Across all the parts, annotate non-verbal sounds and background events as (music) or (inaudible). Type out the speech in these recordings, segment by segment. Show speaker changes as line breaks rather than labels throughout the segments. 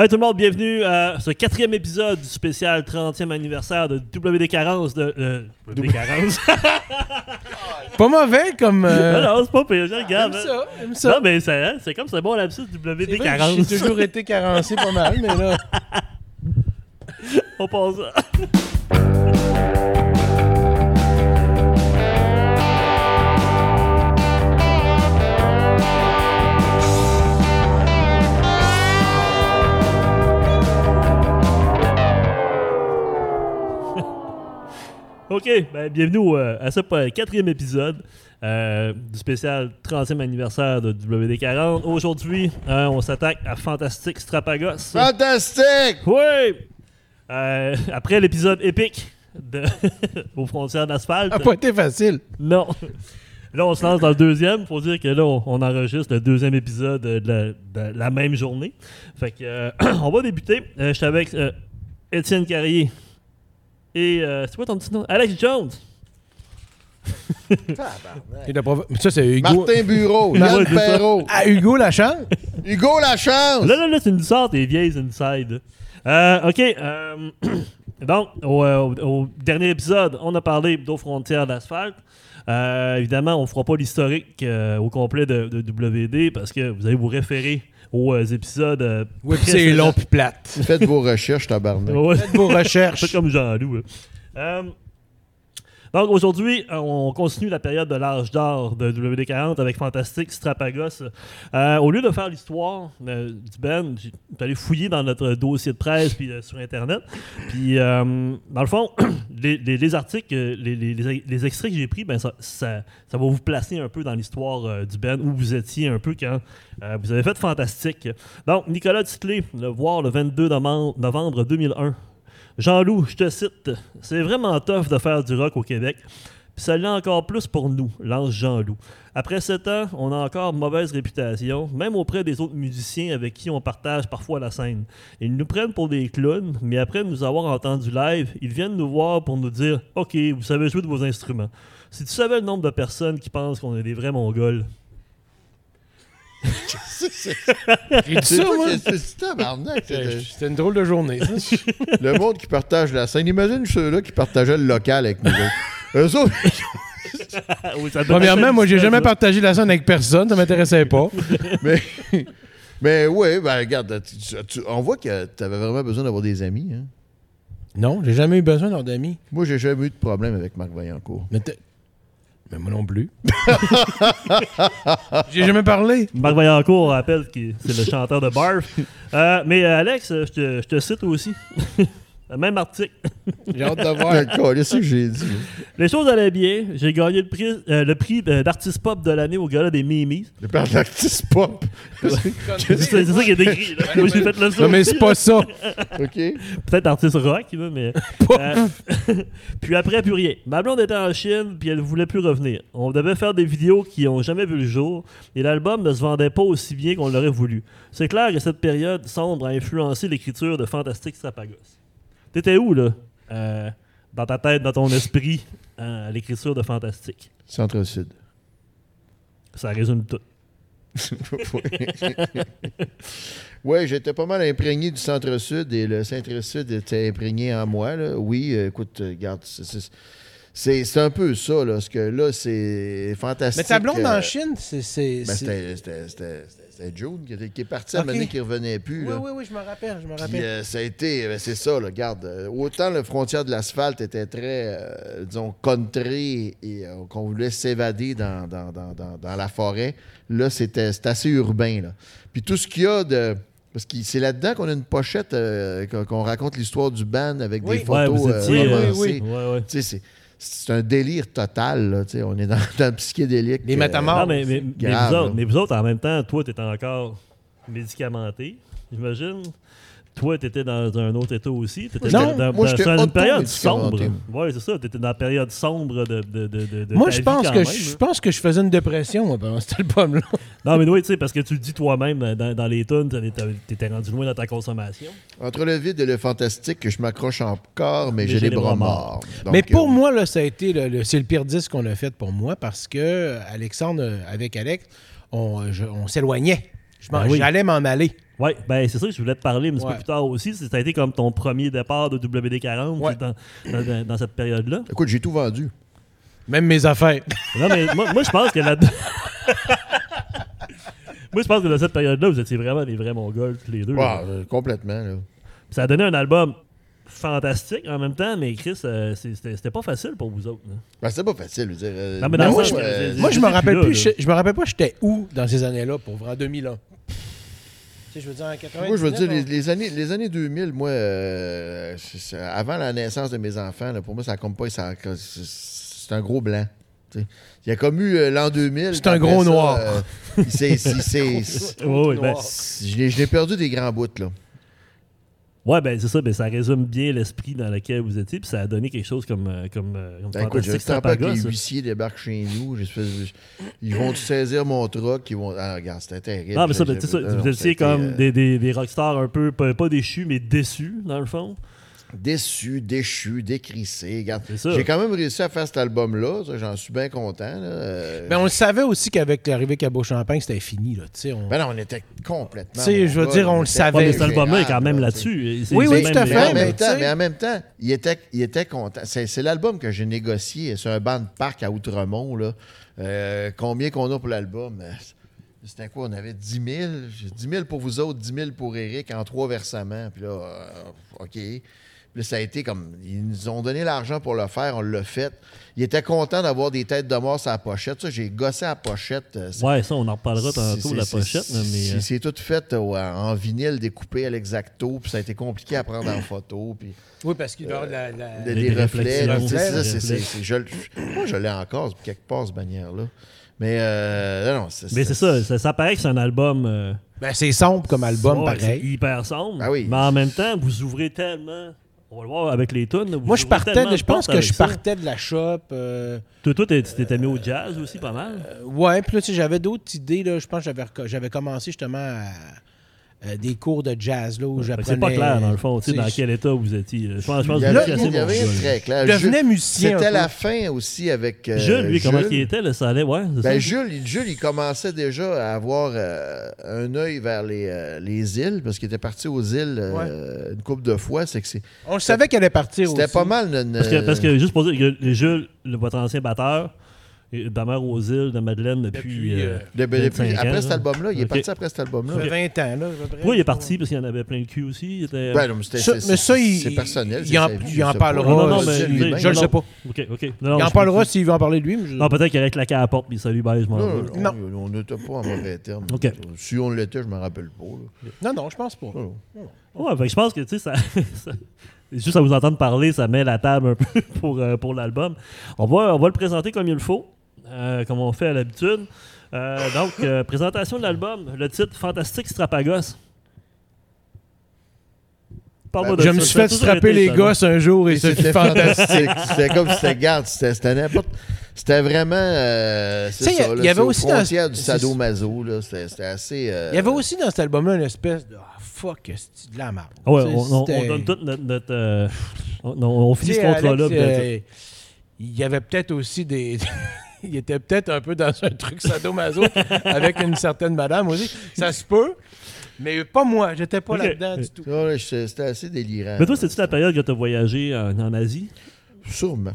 Hey tout le monde, bienvenue à ce quatrième épisode du spécial 30e anniversaire de WD40 de... euh,
(laughs)
WD40?
Pas mauvais comme.
non, (laughs)
euh,
non, c'est pas pire, je regarde.
J'aime
hein.
ça, j'aime
Non,
ça.
mais ça- c'est comme c'est bon l'absurde
C'est vrai que J'ai
WD40.
toujours été carencé pas mal, mais là.
On passe (laughs) ça. OK, ben, bienvenue au, euh, à ce euh, quatrième épisode euh, du spécial 30e anniversaire de WD40. Aujourd'hui, euh, on s'attaque à Fantastique Strapagos.
(laughs) Fantastique!
Oui! Euh, après l'épisode épique de (laughs) Aux frontières d'asphalte.
Ça n'a Ah, pas été facile.
Non. Là, on se lance dans le deuxième. Faut dire que là, on, on enregistre le deuxième épisode de la, de la même journée. Fait que, euh, (clears throat) on va débuter. Euh, J'étais avec euh, Étienne Carrier et. euh, c'est quoi ton petit nom Alex Jones.
Et le prof- Ça, c'est Hugo.
Martin Bureau,
Ouais,
Yann
c'est ça.
Perrault, Ah.
À Ah, Hugo Lachance.
Hugo Lachance.
Là, là, là, tu nous sors tes vieilles inside. Euh, OK. euh, (clears throat) donc, au, euh, au- au dernier épisode, on a parlé d'aux frontières d'asphalte. Euh, évidemment, on ne fera pas l'historique euh, au complet de, de WD parce que vous allez vous référer aux euh, épisodes. euh,
Oui, puis c'est
précédents.
long puis plate.
Faites vos recherches, tabarnak.
Ouais.
Faites vos
C'est
(laughs) recherches.
comme Jean-Loup. hein. Euh, donc aujourd'hui, euh, on continue la période de l'âge d'or de WD40 avec Fantastique Strapagos. Euh, au lieu de faire l'histoire euh, du Ben, j'ai- j'étais allé fouiller dans notre dossier de presse puis euh, sur Internet. Puis euh, dans le fond, (clears throat) les, les- les articles, euh, les, les- les- les extraits que j'ai pris, ben, ça, ça- ça va vous placer un peu dans l'histoire euh, du Ben, où vous étiez un peu quand euh, vous avez fait Fantastique. Donc Nicolas Titley, le voir le 22 novem- novembre 2001. Jean-Loup, je te cite, c'est vraiment tough de faire du rock au Québec. Puis ça l'est encore plus pour nous, lance Jean-Loup. Après sept ans, on a encore mauvaise réputation, même auprès des autres musiciens avec qui on partage parfois la scène. Ils nous prennent pour des clowns, mais après nous avoir entendu live, ils viennent nous voir pour nous dire Ok, vous savez jouer de vos instruments. Si tu savais le nombre de personnes qui pensent qu'on est des vrais Mongols.
C'est c'est-
J'ai dit
c'est Eh,
ça,
toi
moi.
qui- c'est- c'est tabarnak. c'est
C'était
de-
c'était une drôle de journée. (laughs) ça.
Le monde qui partage la scène. Imagine ceux-là qui partageaient le local avec nous. autres. (laughs) Eux autres,
Ah oui, ça doit être
Premièrement, moi, j'ai
difficile,
jamais
ça.
partagé la scène avec personne. Ça m'intéressait pas.
mais, mais oui, ben regarde, tu- tu- tu- on voit que t'avais vraiment besoin d'avoir des amis. hein.
Non, j'ai jamais eu besoin d'avoir d'amis.
Moi, j'ai jamais eu de problème avec Marc Vaillancourt.
Mais, t'es- mais moi non (laughs) plus. j'ai jamais parlé.
Marc Vaillancourt rappelle que c'est le chanteur de Barf. Euh, mais euh, Alex, euh, je te, je te cite aussi. (laughs) Le Même article.
J'ai hâte de voir.
Ouais, Ah, c'est que j'ai dit. hein.
Les choses allaient bien. J'ai gagné le prix, euh, le prix euh, d'artiste pop de l'année au gala des
(laughs)
Mimis.
Le père de l'actrice pop.
C'est c'est ça qui est décrit. là. Moi, j'ai fait le saut
Non, mais
aussi,
c'est
là.
pas ça.
OK.
Peut-être artiste rock, là,
(laughs)
mais. Euh, (laughs) puis après, plus rien. Ma blonde était en Chine, puis elle voulait plus revenir. On devait faire des vidéos qui n'ont jamais vu le jour, et l'album ne se vendait pas aussi bien qu'on l'aurait voulu. C'est clair que cette période sombre a influencé l'écriture de Fantastique Sapagos. T'étais où, là Euh, Dans ta tête, dans ton esprit, hein, à l'écriture de Fantastique.
Centre-Sud.
Ça résume tout.
oui, j'étais pas mal imprégné du centre-sud et le centre-sud était imprégné en moi. là. Oui, euh, écoute, euh, regarde, c'est- c'est- c'est c'est un peu ça, là, parce que là, c'est fantastique.
Mais ta blonde
euh,
en Chine, c'est. c'est-
ben,
c'est-
c'était- C'était c'était- c'était June qui, était- qui est parti à
Ok.
un moment donné, qui revenait plus.
Oui,
là.
oui, oui, je me rappelle, je me
Puis,
rappelle.
euh, ça a été, ben, c'est ça, là, regarde. euh, Autant la frontière de l'asphalte était très, euh, disons, country et euh, qu'on voulait s'évader dans, dans, dans- dans- dans la forêt, là, c'était c'est assez urbain. Là. Puis tout ce qu'il y a de. Parce que c'est là-dedans qu'on a une pochette, euh, qu'on qu'on raconte l'histoire du ban avec
Oui.
ouais,
des photos
vous
euh,
étiez. euh,
romancées.
ouais, ouais.
Tu sais, c'est- C'est un délire total. Là, tu sais, on est dans, (laughs) dans le psychédélique. euh,
Les matamores.
Non, mais, mais- mais
grave,
vous
là.
autres, mais vous autres, en même temps, toi, tu étais encore médicamenté, j'imagine. Toi, tu étais dans un autre état aussi. T'étais
Non,
dans, dans-
moi,
dans-
j'étais
dans une période sombre.
auto-médicamenté.
Oui, c'est ça. Tu étais dans la période sombre de, de, de, de- de
Moi,
ta
je
vie
pense,
quand
que
même,
je,
hein.
pense que je faisais une dépression moi, pendant cet album-là.
Non, mais oui, tu sais, parce que tu le dis toi-même dans- dans, dans les tunes, tu étais rendu loin dans ta consommation.
Entre le vide et le fantastique, je m'accroche encore, mais, j'ai les bras morts. Donc,
Mais pour
euh,
moi, là, ça a été le, le- c'est le pire disque qu'on a fait pour moi parce que euh, Alexandre, euh, avec Alex, on, je- on s'éloignait. Je m'en-
Ben oui.
J'allais m'en aller.
Oui, ben c'est ça que je voulais te parler un petit
Ouais.
peu plus tard aussi. C'est- Ça a été comme ton premier départ de WD-40
Ouais.
dans, dans- dans- dans cette période-là.
Écoute, j'ai tout vendu.
Même mes
(laughs)
affaires.
Non, mais moi, moi, je pense que là (laughs) Moi, je pense que dans cette période-là, vous étiez vraiment des vrais mongols, tous les deux. là.
Wow, euh, complètement. là.
Ça a donné un album fantastique en même temps, mais Chris, euh, c'est- c'était c'était pas facile pour vous autres. hein. là.
Ben, c'est pas facile, je veux dire. euh,
Non, mais dans
le
moi,
sens
je-
que-
euh,
c'est-
Moi, je me
J'étais
rappelle
plus là,
plus.
là.
Je, je me rappelle pas, j'étais où dans ces années-là pour vrai, en 2001. Tu sais, je veux dire, en 99.
Moi, je veux dire, les,
on-
les années, les années 2000, moi, euh, c'est- c'est- avant la naissance de mes enfants, là, pour moi, ça compte pas. ça- c'est- C'est un gros blanc. tu sais. Il y a comme eu euh, l'an 2000.
C'est un
après
gros
ça,
noir.
euh, il s'est- il s'est- c'est-
Ouais, ouais, ben,
je l'ai- je l'ai perdu des grands bouts, là.
ouais, ben c'est ça, ben, ça résume bien l'esprit dans lequel vous étiez, puis ça a donné quelque chose comme, euh, comme, euh, comme
Ben, écoute, je
fantastique hein.
ne pas que
Sarpaga,
les
ça.
huissiers débarquent chez nous. je fais- je- ils vont saisir mon truck. Ils vont... Ah, regarde, c'était terrible.
Non, mais ça,
J'ai-
ben, tu sais ça,
non, non,
vous étiez
c'était,
comme
euh,
des, des, des rockstars un peu, pas pas déchus, mais déçus, dans le fond.
déçu, déchu, décrissé. Regarde,
C'est ça.
j'ai quand même réussi à faire cet album-là. ça, J'en suis bien content. là, euh,
Mais Ben, on le savait aussi qu'avec l'arrivée Cabot-Champagne, c'était fini. Là, tu sais, on...
Ben non, on était complètement.
Tu sais, je veux dire, on le savait.
Ouais, mais
Ben,
cet album-là est quand même là-dessus. Et c'est-
Oui,
c'est
oui,
même
tout à
les-
Mais en,
fait,
même
mais tu
temps,
sais-
mais en même temps, il était, il était content. C'est, c'est l'album que j'ai négocié sur un banc de parc à Outremont. Là. Euh, combien qu'on a pour l'album? Euh, C'était quoi? On avait 10 000. J'ai 10 000 pour vous autres, 10 000 pour Eric en trois versements. Puis là, euh, OK. Puis là, ça a été comme. Ils nous ont donné l'argent pour le faire, on l'a fait. Il était content d'avoir des têtes de mort sur la pochette. Ça, j'ai gossé à la pochette. euh,
Ouais, ça, on en reparlera tantôt,
c'est-
la
c'est-
pochette. là,
c'est-
Mais, euh,
C'est tout fait euh, en vinyle, découpé à l'exacto, puis ça a été compliqué à prendre en photo, puis
Oui, parce qu'il y a la- la-
des,
des
des reflets.
réflexions,
puis tu sais,
des
c'est ça, c'est-
reflets.
c'est- c'est- je l- moi, je l'ai encore, puis quelque part, cette bannière-là. Mais euh, non, non, c'est
mais c'est ça, ça, ça paraît que c'est un album. euh,
Ben, c'est sombre comme album,
ouais, c'est
pareil.
hyper sombre.
Ah oui.
Mais en même temps, vous ouvrez tellement. On va le voir avec les tunes. vous
Moi, je
ouvrez
partais,
tellement
de- je pense
portes
que je
avec ça.
partais de la shop. euh,
Toi, toi, t'es- tu t'étais mis au jazz aussi, pas mal.
euh, ouais, puis là, tu sais, j'avais d'autres idées. Là, je pense que j'avais reco- j'avais commencé justement à- à des cours de jazz là, où
Fait que
j'apprenais.
C'est pas clair, dans le fond, tu sais,
tu sais,
dans
je-
quel état vous étiez. là. Je pense, je pense
Il y
que vous
avait,
étiez assez
il y avait
mongol.
très clair.
Je devenais
Jules-
musicien. un
C'était
peu.
la fin aussi avec. euh,
Jules, lui, comment
Jules.
il était, le soleil, ouais, c'est
Ben,
ça?
Jules, il- Jules, il commençait déjà à avoir euh, un œil vers les, euh, les îles, parce qu'il était parti aux îles euh, une couple de fois. C'est que c'est-
On le savait qu'elle allait partir
c'était
aussi.
pas mal. une-
Parce que, parce que, juste pour dire, que Jules, le- votre ancien batteur, est demeure aux îles de Madeleine depuis.
Depuis,
euh,
euh,
De- ben, depuis-
25 ans,
après cet
là.
album-là, il est
Ok.
parti après cet album-là.
Ça fait 20 ans, là. à peu près.
Pourquoi il est parti? Parce qu'il y en avait plein le cul aussi. Il était...
Ben, non, mais c'était-
Ça-
c'est-
mais ça,
c'est-
il-
c'est personnel.
il
c'est
en-
sa vie,
il
je
en
sais pas.
parlera,
non, non,
euh,
mais-
lui-même.
mais-
Je le
non,
sais
non.
pas.
Ok, ok.
Il en parlera s'il veut en parler de lui. mais je-
Non, peut-être qu'il aurait claqué à la porte, mais ça lui baisse, je m'en
Non,
vais.
non, on n'était pas en mauvais terme.
Ok.
Si on l'était, je me rappelle pas. là.
Non, non, je pense pas.
Non, non.
Ouais, fait que je pense que, tu sais, ça, (laughs) ça- Juste à vous entendre parler, ça met la table un (laughs) peu pour, euh, pour l'album. On va, on va le présenter comme il le faut, euh, comme on fait à l'habitude. Euh, donc, euh, (laughs) présentation de l'album, le titre Fantastique Strapagos. Parle-moi de
Je
ça,
me
ça
suis
a
fait
toujours
strapper
été
les
ça,
gosses un jour et
Et
c'était
C'était
fantastique.
fantastique. c'était comme si c'était garde. C'était c'était n'importe. C'était vraiment. euh, c'est
Tu sais, il
ça,
y a-
là,
il y avait
c'est aux
aussi dans-
frontières du
c'est-
sadomaso. là, C'était c'était assez. euh,
Il y avait aussi dans cet album-là une espèce de Ah, fuck, c'est de la merde.
Ah Ouais,
Tu sais,
on, on-
c'était-
on donne toute notre. notre, euh, on, on- on
Tu
finit
sais,
ce contrat-là.
Alex,
puis là,
euh, Il y avait peut-être aussi des. (laughs) il était peut-être un peu dans un
(laughs)
truc sadomaso avec une certaine madame aussi. Ça se peut, mais pas moi. J'étais pas
Ok.
là-dedans du tout.
non, là, je- Ah C'était assez délirant.
Mais toi, c'est-tu la période que tu as voyagé en, en Asie?
Sûrement.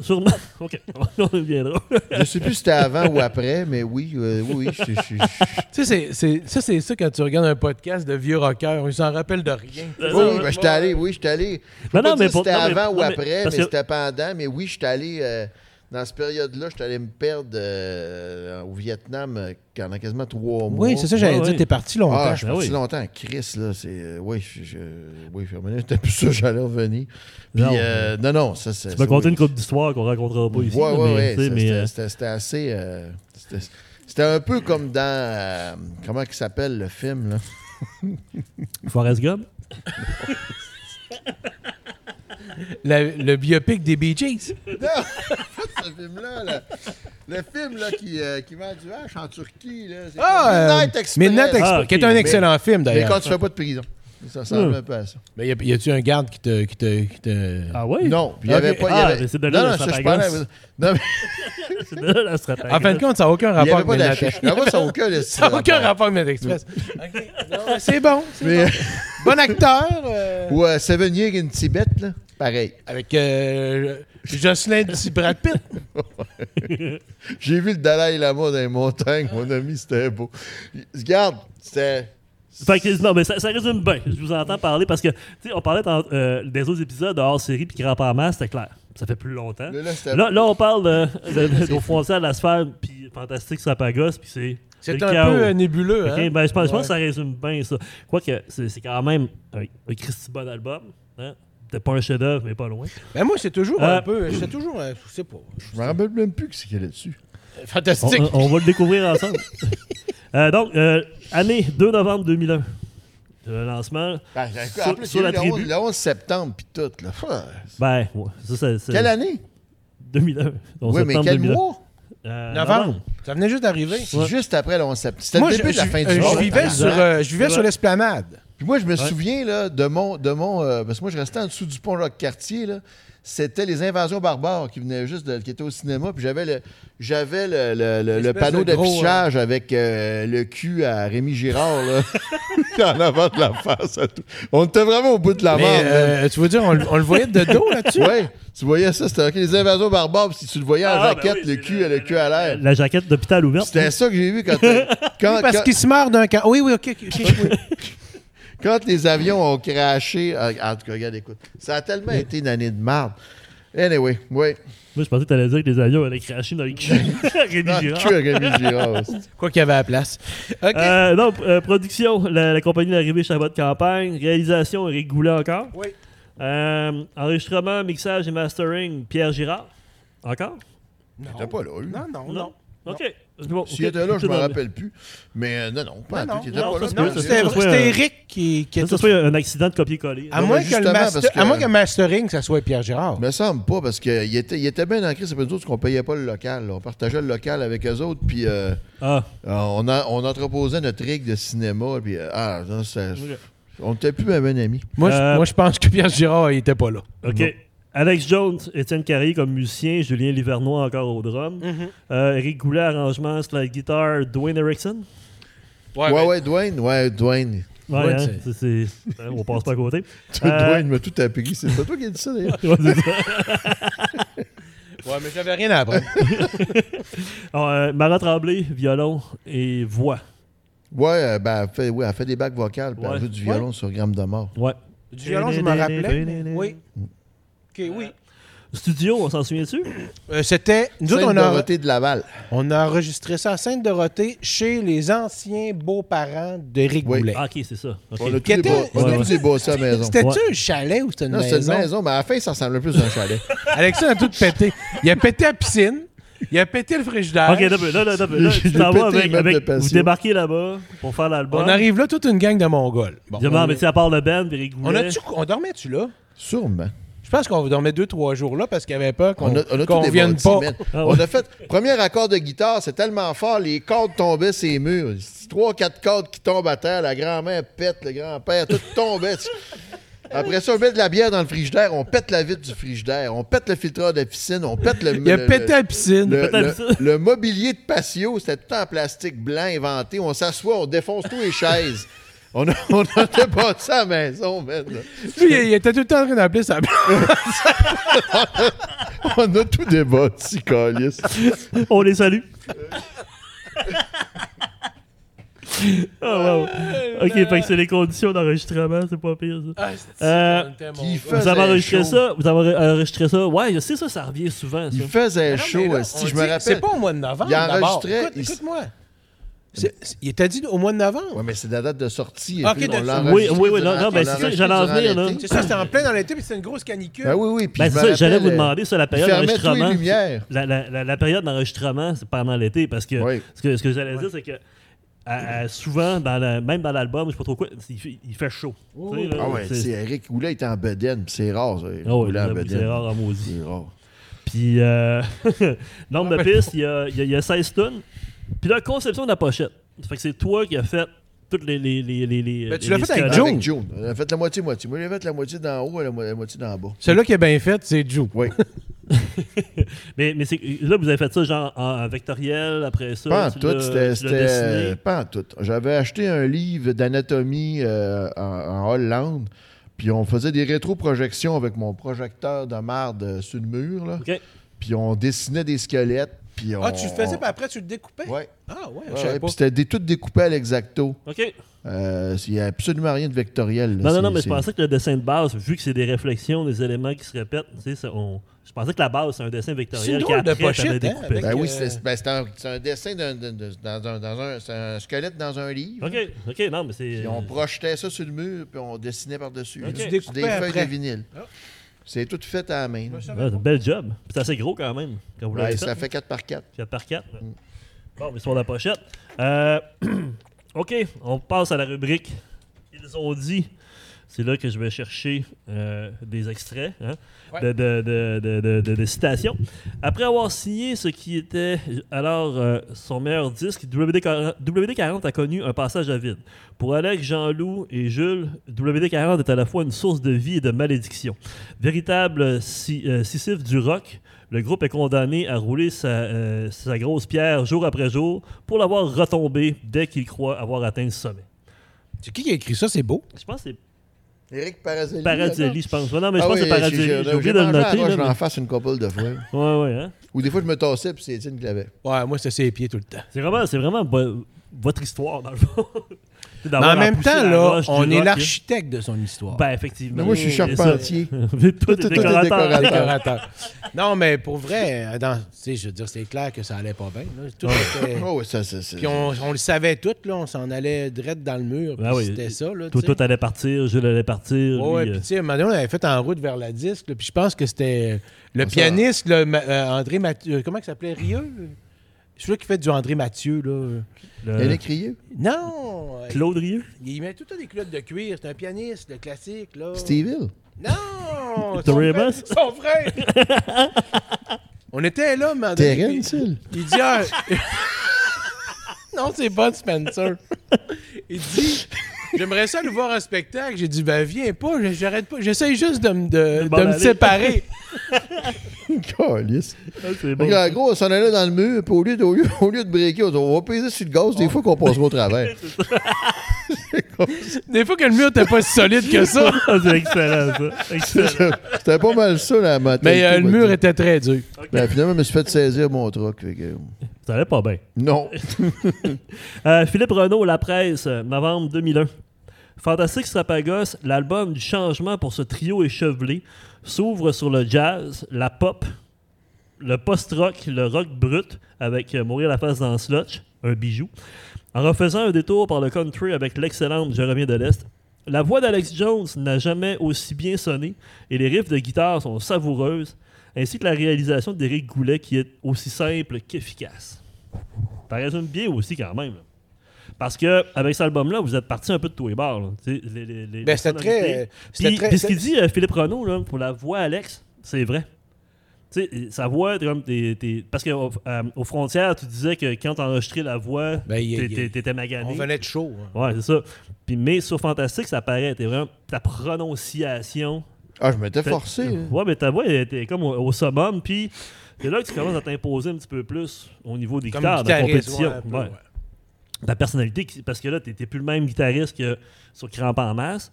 Sûrement. (laughs) OK, on (laughs) reviendra.
Je sais plus si c'était avant ou après, mais oui, euh, oui, oui, je- je- je-
Tu sais, c'est- c'est- ça, c'est ça quand tu regardes un podcast de vieux rockers. Ils s'en rappellent de rien.
C'est ça,
Oui,
ouais.
ben, j'étais allé, oui, j'étais allé. Je peux
Non,
pas
non,
dire
mais pour-
si c'était
non, mais-
avant ou
non, mais-
après, mais,
parce que-
c'était pendant. Mais oui, j'étais allé euh, dans cette période-là, j'étais allé me perdre euh, au Vietnam euh, pendant quasiment trois mois.
Oui, c'est ça, j'allais
Ouais, ouais.
dire. T'es parti longtemps.
Ah, je suis
Ben
parti
oui.
longtemps. Chris, là, c'est. euh, oui, je, je, oui, je (laughs) revenais, j'étais plus sûr que j'allais revenir. Puis,
Non.
non, non, non, ça, c'est.
Tu m'as conté une coupe d'histoire qu'on racontera pas
Oui,
ici.
oui,
là, mais, tu sais, mais, euh,
C'était c'était assez. euh, c'était- c'était un peu comme dans. euh, comment il s'appelle le film, là?
euh, Forrest Gump?
La- le biopic des Bee Gees.
ce film-là, là. le film là, qui, euh, qui vend du hache en Turquie. Là, c'est
Ah,
comme
euh,
Midnight Express. Ah,
Midnight Express,
Ah, ok.
qui est un excellent film
Mais
d'ailleurs.
quand tu fais pas de prison. Ça ressemble
Hmm.
un peu à ça.
Mais y a- y a-tu un garde qui te. Qui te, qui te...
Ah oui?
Non, puis il n'y avait
Ok.
pas. il y
Ah,
avait-
mais c'est de là
non,
le
non, ça, je
Sarpagas.
parlais. Non, mais
(laughs) C'est de là la stratégie.
en fin de compte, ça n'a aucun
il n'y
rapport
avait pas
avec Midnight
d'affiche.
Express.
Là-bas, ça n'a aucun
(laughs)
le
Ça n'a aucun rapport avec Midnight Express. Ah, (laughs) OK. Non, mais C'est bon. c'est
Mais-
bon. Bon
(laughs)
acteur. euh,
Ou euh, Seven Years in Tibet, là. Pareil.
Avec euh, Jocelyn Di- Brad (laughs) Pitt.
J'ai vu le Dalai Lama dans les montagnes, mon ami, c'était beau. Regarde, c'était.
Fait que, non, mais ça, ça résume bien. Je vous entends parler parce que, tu sais, on parlait tant- euh, des autres épisodes de hors série puis qui rampent en masse, c'était clair. Ça fait plus longtemps.
Là, là, c'était-
Là, là, on parle de, de, de- aux frontières de la sphère, puis Fantastique Sapagos, puis c'est.
C'est
le
un
chaos.
peu euh, nébuleux.
Ok,
hein?
ben, je, pense, je pense
Ouais.
que ça résume bien ça. Quoique, c'est c'est quand même un, un Christy bon album. Hein? Peut-être pas un chef-d'œuvre, mais pas loin.
Ben, moi, c'est toujours
Euh,
un peu. C'est toujours. un- Je sais pas.
Je me rappelle même plus que c'est qu'elle est dessus.
On,
(laughs) Fantastique.
on- on va le découvrir ensemble. Euh, donc, euh, année 2 novembre 2001, le lancement.
Ah, j'ai-
Sur-
en plus,
sur
il y a
la
eu le,
tribu.
11, le 11 septembre, puis tout. Là. Fuck.
Ben, ouais, ça, c'est- c'est
Quelle année?
2001. Donc,
Oui, mais
septembre
quel
2001.
mois?
Euh,
Novembre. Ça venait juste d'arriver.
C'est juste après le 11 septembre. C'était
Moi,
le
je,
début de la
je-
fin
euh,
du
je
monde.
vivais sur, euh, je vivais
C'est
sur
vrai.
l'esplanade.
Puis moi, je me
Ouais.
souviens là, de mon. De mon euh, parce que moi, je restais en dessous du pont Rock-Cartier. là. C'était les invasions barbares qui venaient juste de, qui étaient au cinéma. Puis j'avais le, j'avais le, le- le- le
L'espèce
panneau
de gros,
d'affichage avec euh, le cul à Rémi Girard. Là. (laughs) en avant de la face. à tout. On était vraiment au bout de la
Mais,
mort.
euh, tu veux dire, on, le- on le voyait de dos là-dessus?
Ouais, tu voyais ça, c'était ok, les invasions barbares, puis si tu le voyais en
Ah, ben
jaquette,
oui,
le
c'est
cul,
le-
le, cul à l'air.
La jaquette d'hôpital ouverte. hein.
C'était ça que j'ai
(laughs)
vu quand, quand, quand,
Parce qu'il se meurt d'un camp. Oui, oui, ok. ok, (laughs) ok, oui.
quand les avions ont craché. ah, En tout cas, regarde, écoute. Ça a tellement été une année de marde. Anyway, oui.
Moi, je pensais que t'allais dire que les avions allaient cracher dans les cul. Rémi
(laughs) Dans le
Girard.
cul à Rémi Girard.
(laughs)
c'est-
Quoi qu'il y avait à la place. OK.
Euh, non, euh, production, la, la compagnie d'arrivée Chabot de campagne. Réalisation, Eric Goulet encore.
Oui.
Euh, enregistrement, mixage et mastering, Pierre Girard. Encore?
T'es pas là, lui.
Non, non, non.
OK. C'est bon,
S'il
ok.
était là, je
Tout
me
dans le-
rappelle plus. Mais euh, non, non, pas
Non,
en tout. Il était
non,
pas
ça
là.
se peut,
Non,
ça se
c'était
peut. soit
c'était
un-
Eric qui, qui a
Ça, ça
tout-
soit un accident de copier-coller.
À
Non,
moins
mais
que le
justement,
master-
parce que-
à moins que mastering, ça soit Pierre Girard.
me semble pas, parce qu'il était, il était bien en crise. C'est pas nous autres qu'on payait pas le local. là. On partageait le local avec eux autres, puis euh,
Ah,
euh, on, a, on entreposait notre rig de cinéma, puis euh, ah, non, ça-
ok.
on n'était plus même un ami.
Moi,
Euh,
je, moi, je pense que Pierre Girard, il était pas là.
OK. Alex Jones, Étienne Carrier comme musicien, Julien Livernois encore au drum,
Mm-hmm.
Euh, Eric Goulet, arrangement, slide guitar, Dwayne Erickson.
Ouais, ouais, Dwayne, ouais, Dwayne. (laughs)
Ouais,
Ouais,
hein,
c'est-
c'est- c'est- hein, on passe pas à côté. (laughs)
Toi,
Euh,
Dwayne m'a tout appris. C'est pas toi qui as dit ça, d'ailleurs.
Ouais, c'est ça.
Ouais, mais j'avais rien à apprendre.
Alors, euh, Mara Tremblay, violon et voix.
Ouais, euh, ben, elle fait, ouais, elle fait des bacs vocales, puis
Ouais.
elle joue du
Ouais.
violon sur gramme de mort.
Ouais.
du violon, je m'en rappelais. Oui. OK, oui.
Studio, on s'en souvient-tu?
Euh, c'était. Nous autres, on a,
Dorothée de Laval.
on a enregistré ça à Sainte-Dorothée chez les anciens beaux-parents d'Éric
Oui.
Goulet.
Ah, ok, c'est ça. Ok.
On a tous
Qui
des
était-
bosses on a
Ouais,
tous des bosses à la maison.
C'était-tu
Ouais.
un chalet ou c'était une
Non, c'est une
maison? (laughs)
maison, mais à la fin, ça ressemblait plus à un chalet.
Alexandre a tout pété. Il a pété la piscine. Il a pété le frigidaire.
Ok, là, là, là, là, là,
(laughs) J'ai
tu t'en vas
pété les
avec,
meubles
avec-
de passion.
vous débarquez là-bas pour faire l'album.
on arrive là, toute une gang de Mongols. Bon,
Je
on,
mais tu sais, à part le band, puis Eric
on
Goulet.
a-tu- on dormait-tu là?
Sûrement.
Je pense qu'on dormait deux, trois jours là parce qu'il avait peur qu'on
On a, on a
qu'on
tous des
vienne
bosses,
pas.
man.
Ah
On
ouais.
a fait. Premier accord de guitare, c'est tellement fort, les cordes tombaient ces murs. Trois, quatre cordes qui tombent à terre, la grand-mère pète, le grand-père, tout tombait. Après ça, on met de la bière dans le frigidaire, on pète la vitre du frigidaire, on pète le filtreur de piscine, on pète le.
Il a
le-
pété
le-
la piscine.
Le,
(laughs) Peut-être
le-
ça.
le mobilier de patio, c'était tout en plastique blanc inventé. On s'assoit, on défonce
(laughs)
tous les chaises. On a, on a débattu à la maison, man.
Lui, il, il était tout le temps en train d'appeler sa
On a tout débattu, Calis.
On les
(laughs)
salue. oh, wow. Ok, fait que c'est les conditions d'enregistrement, c'est pas pire ça.
Ah,
Euh,
qui
Vous avez
faisait
enregistré
chaud.
ça, vous avez enregistré ça. Ouais, je sais ça, ça revient souvent. Ça.
Il faisait chaud, si je me
C'est
rappelle.
pas au mois de novembre.
Il
d'abord.
enregistrait,
Écoute,
il-
Écoute-moi. C'est- c'est- Il t'a dit au mois de novembre.
Ouais, mais c'est la date de sortie. et
Ah, Ok,
puis on
de-
l'a
Oui,
enregistré
oui, oui,
durant-
non, non,
on
ben,
l'a
c'est ça,
enregistré
j'allais en venir,
durant
là.
l'été.
C'est ça, c'était en plein dans l'été, puis c'était une grosse canicule.
Ben oui, oui. Puis
Ben,
je
c'est
me
ça, j'allais
rappelle,
vous demander sur la
Il
période
fermait toutes les
d'enregistrement.
lumières.
La, la- la- la période d'enregistrement, c'est pendant l'été, parce que
Oui.
ce que, ce que j'allais dire, c'est que à- à- souvent, dans la- même dans l'album, je sais pas trop quoi, il, fait- il fait chaud. Tu sais, là,
Ah ouais, c'est Eric Goulet était en bedaine, puis c'est rare, ça. Eric
Ah ouais,
Goulet en
j'avoue, c'est
bedaine.
rare en maudit.
C'est rare.
Puis, euh, (laughs) nombre de pistes, il y a, il y a- il y a 16 tonnes. Puis là, conception de la pochette. Ça fait que c'est toi qui as fait toutes les. les, les, les, les-
Ben, tu
les-
l'as
les
fait avec
scénarios.
Avec June. On a fait la moitié-moitié. Moi, j'ai fait la moitié d'en haut et la, mo- la moitié d'en bas.
Celui-là qui est bien fait, c'est Joe.
Oui.
Mais, mais c'est- là, vous avez fait ça genre en, en vectoriel après ça.
Pas en
tu
tout.
l'as-
C'était. euh,
tu l'as
c'était-
dessiné.
Pas en tout. J'avais acheté un livre d'anatomie euh, en, en Hollande. Puis on faisait des rétroprojections avec mon projecteur de marde euh, sur le mur. Là.
OK.
Puis on dessinait des squelettes. Puis on,
Ah, tu le faisais, puis après, tu le découpais?
Ouais.
Ah, ouais,
Ouais,
je savais
ouais,
pas.
puis c'était des- tout découpé à l'exacto.
OK.
Euh, Il n'y a absolument rien de vectoriel. là.
Non, non,
C'est-
non, mais je
c'est-
pensais que le dessin de base, vu que c'est des réflexions, des éléments qui se répètent, tu sais, ça, on... je pensais que la base, c'est un dessin
C'est une
vectoriel qui
drôle de
après,
pochette,
t'avais
hein,
découpé.
avec-
Ben oui,
que-
c'est ben, c'est un, c'est un dessin d'un d'un- d'un- dans un, dans un- c'est un squelette dans un livre.
OK, OK, non, mais c'est...
Puis on projetait ça sur le mur, puis on dessinait par-dessus. là,
Euh, Ok.
sur
Tu
Des
découpais
feuilles
après.
de vinyle.
Ah.
C'est tout fait à la main. là.
Je savais
Ouais, c'est un bel job. Puis C'est assez gros quand même, quand vous
Ouais,
l'avez
ça
fait.
fait 4 par 4.
4 par 4. Bon, mais sur la pochette. Euh, (clears throat) OK, on passe à la rubrique « Ils ont dit ». C'est là que je vais chercher euh, des extraits, hein, de,
Ouais.
de- de- de- de- de- de citations. Après avoir signé ce qui était alors euh, son meilleur disque, WD-40 WD-40 a connu un passage à vide. Pour Alex, Jean-Loup et Jules, WD-40 est à la fois une source de vie et de malédiction. Véritable si- euh, scisif du rock, le groupe est condamné à rouler sa, euh, sa grosse pierre jour après jour pour l'avoir retombée dès qu'il croit avoir atteint le sommet.
C'est qui qui a écrit ça? C'est beau.
Je pense que c'est
Eric Parazelli.
Paradelli, je pense. Ouais, Non, mais je
Ah
pense
oui,
que c'est Paradelli.
j'ai-
J'ai oublié
J'ai
de le
mangé la
noter.
roche
là,
d'en face une couple de fois.
mais- Ouais, ouais, hein.
Ou des fois, je me tassais, puis c'est Étienne qui l'avait.
Ouais, moi, c'est ses pieds tout le temps.
C'est vraiment, c'est vraiment vo- votre histoire, dans le fond. C'est
(laughs) Mais
d'avoir
en
à
même
pousser
temps,
la
là,
roche du hein.
on est
rock,
l'architecte de son histoire.
hein. Ben, effectivement.
Mais moi, je suis
C'est ça.
charpentier.
(laughs) Tout est
tout est
décorateur.
décorateur.
Décorateur. non, mais pour vrai, euh, dans- tu sais, je veux dire, c'est clair que ça allait pas bien. là. Tout était-
Oh, oui, ça, ça, ça.
Puis on, on le savait tout, là, on s'en allait direct dans le mur.
Ben
puis
oui.
C'était ça. Là,
Toi,
tu sais.
toi, t'allais partir, Jules allait partir.
Ouais, ouais,
lui,
puis
euh,
tu sais, à un moment donné, on avait fait en route vers la disque, là, puis je pense que c'était le
Ça-
pianiste, le Ma- euh, André Mathieu, comment il s'appelait, Rieux? Celui qui fait du André Mathieu, là.
euh, le-
Yannick Rieu,
Non! euh,
Claude Rieu.
Il met tout le temps des culottes de cuir, c'est un pianiste, le classique, là.
Steve Hill.
Non!
The
son
Rebels?
frère- Son frère!
(laughs)
on était là, mais...
Terence (laughs) Hill.
Il dit... ah, (laughs) non, c'est pas Spencer. Il dit... J'aimerais ça aller voir un spectacle. J'ai dit, ben viens pas, j'arrête pas. J'essaye juste de, me-
De
de- de
m'en
me
aller.
séparer.
Calisse.
Ah, c'est bon.
Fait que, en gros, on s'en allait dans le mur, puis au lieu de, au lieu, au lieu de breaker, on dit, on va peser sur le gaz, des fois qu'on passera au (laughs) travers.
Des fois que le mur était pas si solide que ça,
(laughs) Ah, c'est excellent, ça.
(laughs)
Excellent.
C'était pas mal ça, la mentalité.
mais euh, le
moi,
mur
tu-
était très dur.
Ben, finalement, je me suis fait saisir mon truc. fait que-
Ça allait pas bien.
Non.
Euh, Philippe Renaud, La Presse, euh, novembre 2001. Fantastique Strapagos, l'album du changement pour ce trio échevelé, s'ouvre sur le jazz, la pop, le post-rock, le rock brut, avec euh, Mourir la face dans le slotch, un bijou. En refaisant un détour par le country avec l'excellente Je reviens de l'Est, la voix d'Alex Jones n'a jamais aussi bien sonné et les riffs de guitare sont savoureuses, ainsi que la réalisation d'Éric Goulet qui est aussi simple qu'efficace. Ça résume bien aussi quand même. là. Parce que avec cet album-là, vous êtes parti un peu de tous les bords. là. Tu sais, les- les- les-
Ben,
les
c'était
sonorités.
très. euh, c'était
Puis,
très-
puis ce qu'il dit, euh, Philippe Renaud, là, pour la voix Alex, c'est vrai. Tu sais, sa voix, t'es comme. t'es- t'es- parce qu'aux aux frontières, tu disais que quand t'enregistrais la voix,
Ben, il-
t'es-
il-
t'es- t'étais magané.
On venait de chaud. hein.
Ouais, c'est ça. Puis, mais sur Fantastique, ça paraît. T'es vraiment. Ta prononciation.
Ah, je m'étais
t'as-
forcé. hein.
Ouais, mais ta voix, elle était comme au, au summum. Puis c'est là que tu commences à t'imposer un petit peu plus au niveau des
Comme
guitares, de la
guitariste,
compétition.
ouais, un peu,
Ouais.
ouais.
Ta personnalité, qui- parce que là, t'étais plus le même guitariste que sur Crampe en masse.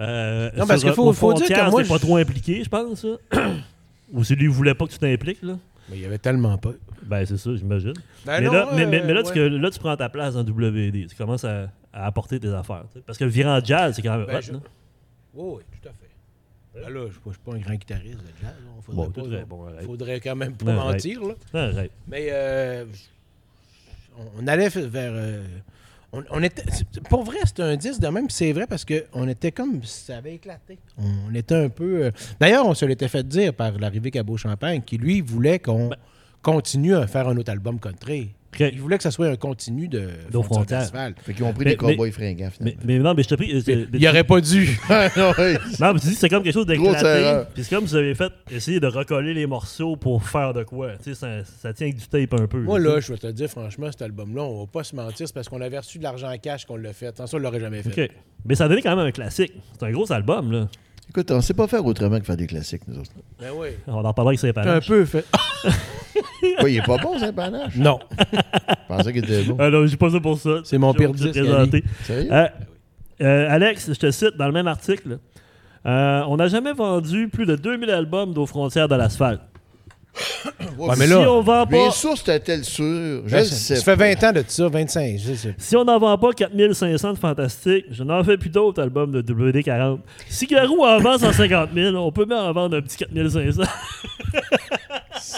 Euh,
Non, parce
sur-
qu'il faut-
aux
faut dire que
frontières,
moi,
t'es pas
je-
trop impliqué, je pense. là. (coughs) Ou c'est lui qui voulait pas que tu t'impliques, là.
Mais il y avait tellement pas.
Ben, c'est ça, j'imagine.
Ben
mais, là, mais,
euh,
mais- mais là, tu, que- là, tu prends ta place dans WD. Tu commences à, à apporter tes affaires. tu sais. Parce que virer en jazz, c'est quand même
Ben,
hot,
je-
là.
Oui, tout à fait. Ben là, je ne suis pas un grand guitariste de jazz. là.
Bon,
Faudrait, pas-
tout vrai, bon, arrête.
faudrait quand même pas
Ouais,
mentir. Là.
Ah, right.
Mais euh, on- on allait f- vers. euh, on, on était, c'est- pour vrai, c'était un disque de même. puis C'est vrai parce qu'on était comme. Ça avait éclaté. On était un peu. euh, D'ailleurs, on se l'était fait
Ben.
dire par l'arrivée Cabot Champagne qui, lui, voulait qu'on continue à faire un autre album country.
OK.
Ils voulaient que ça soit un continu de
D'eau
frontière
frontière.
d'asphalte.
Fait qu'ils ont pris
Mais-
des cowboys fringants,
Mais, (laughs)
finalement. Ah,
mais non, mais je te prie. euh,
Il aurait pas dû.
non, oui.
Non, mais tu dis, c'est comme quelque chose
Grosse
d'éclaté.
erreur.
Puis c'est comme si vous avez fait essayer de recoller les morceaux pour faire de quoi. Tu sais, ça, ça tient avec du tape un peu.
Moi, là, je vais te le dire, franchement, cet album-là, on va pas se mentir, c'est parce qu'on avait reçu de l'argent en cash qu'on l'a fait. Sans ça, on l'aurait jamais fait.
OK. Mais ça a donné quand même un classique. C'est un gros album, là.
Écoute, on sait pas faire autrement que faire des classiques, nous autres.
Ben oui.
On en parlera avec ses
T'as
parents.
un peu fait.
Quoi, il est pas bon, Saint-Panache?
(laughs) Non.
Je pensais qu'il était bon.
Ah non, j'ai pas ça pour ça.
C'est mon
Je
pire
vais vous le
disque,
présenter.
Sérieux?
Euh, euh, Alex, je te cite dans le même article. Euh, on n'a jamais vendu plus de 2000 albums d'aux frontières de l'asphalte.
Ah,
Ouais, mais
si
là,
on vend
Bien
euh, pas,
sûr, c'était-elle sûr? Je
Ben,
le
ça,
sais.
ça fait
pas.
20 ans de tout ça, 25. Je sais.
si on n'en vend pas 4500 de fantastique, je n'en fais plus d'autres albums de WD40. Si Garou en vend 150 000, on peut même en vendre un petit 4500.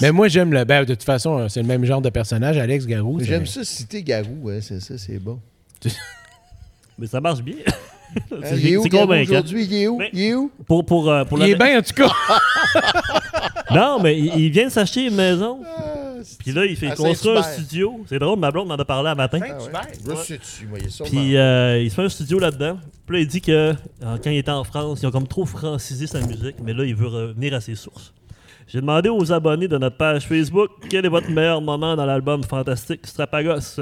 Mais moi, j'aime le. Ben, de toute façon, hein, c'est le même genre de personnage, Alex Garou. c'est-
J'aime ça citer Garou, hein, c'est ça, c'est bon.
(laughs) Mais ça marche
(laughs)
bien.
Hein, il est où, Garou, aujourd'hui? Il est où?
Mais-
Il est où?
Pour, pour, euh, pour
Il
la-
est bien, en tout cas.
Non, mais il, il vient de s'acheter une maison.
Ah, c'est-
Puis là, il fait
À
construire un
Saint-Hubert.
studio. C'est drôle, ma blonde m'en a parlé un matin.
Ah ouais. Je sais dessus, moi, il est sûrement-
Puis euh, il se fait un studio là-dedans. Puis là, il dit que euh, quand il était en France, ils ont comme trop francisé sa musique, mais là, il veut revenir à ses sources. J'ai demandé aux abonnés de notre page Facebook quel est votre meilleur moment dans l'album Fantastique Strapagos.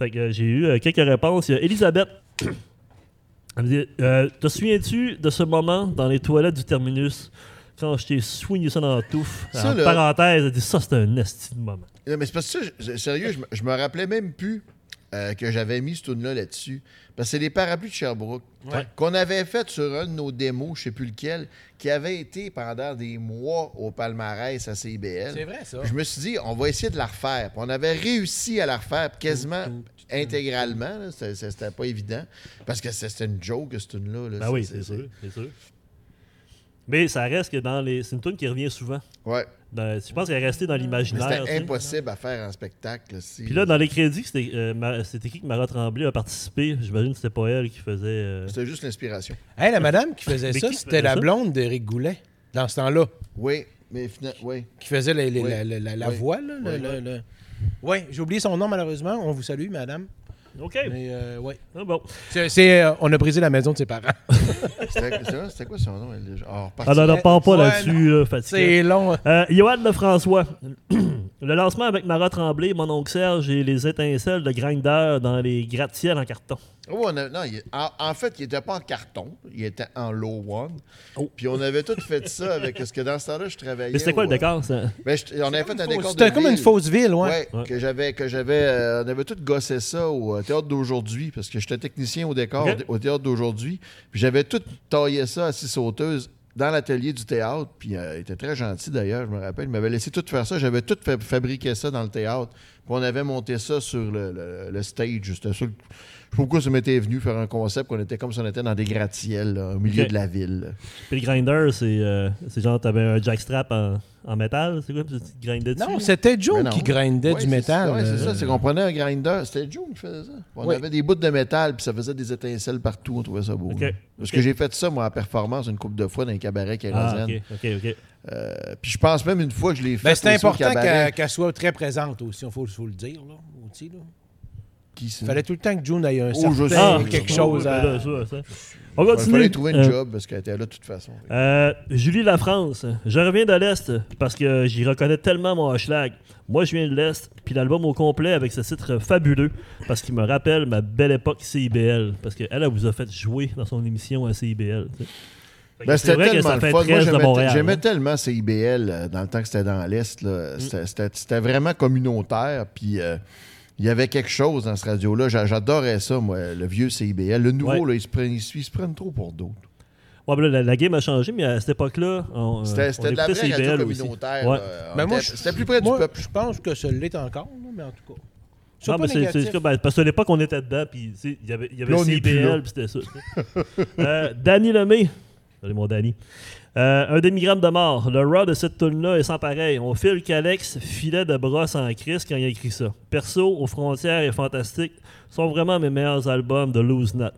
Fait que euh, j'ai eu euh, quelques réponses. Il y a Elisabeth. Elle me dit euh, Te souviens-tu de ce moment dans les toilettes du terminus quand je t'ai soigné ça dans la touffe
Ça,
En
là-
parenthèse, elle dit Ça, c'est un esti de moment.
Non, mais c'est parce que ça, je- sérieux, je, me- je me rappelais même plus euh, que j'avais mis ce tune-là là-dessus. Parce que c'est les parapluies de Sherbrooke qu'on avait fait sur un de nos démos, je sais plus lequel, qui avait été pendant des mois au palmarès à CIBL.
C'est vrai, ça.
Puis Je me suis dit, on va essayer de la refaire. Puis on avait réussi à la refaire quasiment intégralement. là. C'était- C'était pas évident. Parce que c'était une joke, cette tune-là. là.
Ben oui, c'est sûr, c'est sûr. Mais ça reste que dans les. C'est une tune qui revient souvent.
Ouais.
Dans- je pense qu'elle est restée dans
Mais
l'imaginaire. tu
C'était
sais.
impossible à faire en spectacle. si-
Puis là, dans les crédits, c'était euh, Ma- c'est écrit que Mara Tremblay a participé. J'imagine que c'était pas elle qui faisait. euh,
C'était juste l'inspiration.
Hey, la madame qui faisait
Mais
ça,
qui
c'était
faisait
la
ça?
blonde d'Éric Goulet, dans ce temps-là,
Oui, mais finalement, oui.
qui faisait les- les-
Oui.
la, la- la- la
Oui.
voix. Là,
Oui.
Oui, j'ai oublié son nom, malheureusement. On vous salue, madame.
Ok.
Mais, euh, ouais.
Ah bon.
C'est- c'est, euh, on a brisé la maison de ses parents.
C'était c'était- c'était quoi son nom? elle, déjà? Ah,
Ah non, non, pars pas
Ouais,
là-dessus, là, fatigué.
C'est long.
Euh, Johan Lefrançois. (clears throat) Le lancement avec Mara Tremblay, mon oncle Serge et les étincelles de Grinder dans les gratte-ciels en carton.
Oui, on a- Oh, non, il- en, en fait, il n'était pas en carton, il était en low one.
Oh.
Puis on avait tout fait ça avec. Parce que dans ce temps-là, je travaillais.
Mais c'était quoi le
au-
décor, ça?
Ben, je- on avait fait un décor.
C'était
de
comme une
ville.
fausse ville, ouais.
Ouais,
Ouais.
que j'avais, que j'avais, euh, on avait tout gossé ça au euh, théâtre d'aujourd'hui, parce que j'étais technicien au décor
Ok.
au théâtre d'aujourd'hui. Puis j'avais tout taillé ça à six sauteuses dans l'atelier du théâtre. Puis euh, il était très gentil d'ailleurs, je me rappelle. Il m'avait laissé tout faire ça. J'avais tout fa- fabriqué ça dans le théâtre. Puis on avait monté ça sur le, le- le stage. C'était sur le- Je sais pas pourquoi ça m'était venu faire un concept qu'on était comme si on était dans des gratte-ciels, là, au milieu
Ok.
de la ville.
Puis le grinder, c'est euh, c'est genre, t'avais un jackstrap en, en métal, c'est quoi? Puis tu te grindais dessus.
Non, c'était
Mais
Joe
non.
qui grindait
Ouais,
du
c'est-
métal.
ouais, c'est
euh,
ça, c'est qu'on prenait un grinder. C'était Joe qui faisait ça. On
Oui.
avait des bouts de métal, puis ça faisait des étincelles partout. On trouvait ça beau.
Ok.
là. Parce
Ok.
que j'ai fait ça, moi, en performance, une couple de fois dans les cabarets
Ah,
kérosène.
ok, ok, ok.
Euh, puis je pense même une fois que je l'ai fait.
Ben, c'est
aussi au
important
cabaret.
qu'elle qu'elle soit très présente aussi, il faut, faut le dire. Là, aussi, là.
Qui c'est?
Il fallait tout le temps que June ait un
Mm. Oh, je
certain
sais.
quelque
oui,
chose
ben
à...
là, ça, ça. On
Ouais,
continue.
fallait trouver une
Euh,
job parce qu'elle était là de toute façon.
euh, Julie La France, je reviens de l'Est parce que j'y reconnais tellement mon hashtag. Moi, je viens de l'Est, puis l'album au complet avec ce titre fabuleux parce qu'il me rappelle ma belle époque CIBL. Parce qu'elle, elle vous a fait jouer dans son émission à CIBL. tu sais. Fait que
Ben,
c'est
c'était
vrai que
tellement
ça
le
fait
fun. Moi,
13 de
j'aimais,
Montréal.
j'aimais
hein. Mm.
tellement CIBL euh, dans le temps que c'était dans l'Est. là. C'était, c'était- c'était vraiment communautaire. Puis euh, il y avait quelque chose dans ce radio-là. J'a- J'adorais ça, moi, le vieux CIBL. Le nouveau,
Ouais.
là, ils, se prennent, ils se- ils se prennent trop pour d'autres.
Ouais, ben là, la, la game a changé, mais à cette époque-là, on, euh,
C'était, c'était
on
de la vraie
écoutait
radio
CIBL aussi.
communautaire. euh,
Ouais.
là. On
Ben, moi,
était-
je-
c'était plus près
moi,
du peuple.
Je pense que ça l'est encore, là, mais en tout cas. C'est
Non,
pas
mais c'est-
négatif.
c'est comme- ben, parce que à l'époque, on était dedans, puis tu sais, il y avait, il y avait
Là, on est plus là.
CIBL, puis c'était ça. tu sais. euh, Danny Lemay. Salut, mon Danny. Euh, un demi-gramme de mort. Le raw de cette tune-là est sans pareil. On file qu'Alex filet de brosse en crise quand il a écrit ça. Perso, aux frontières et fantastique sont vraiment mes meilleurs albums de Lose Not.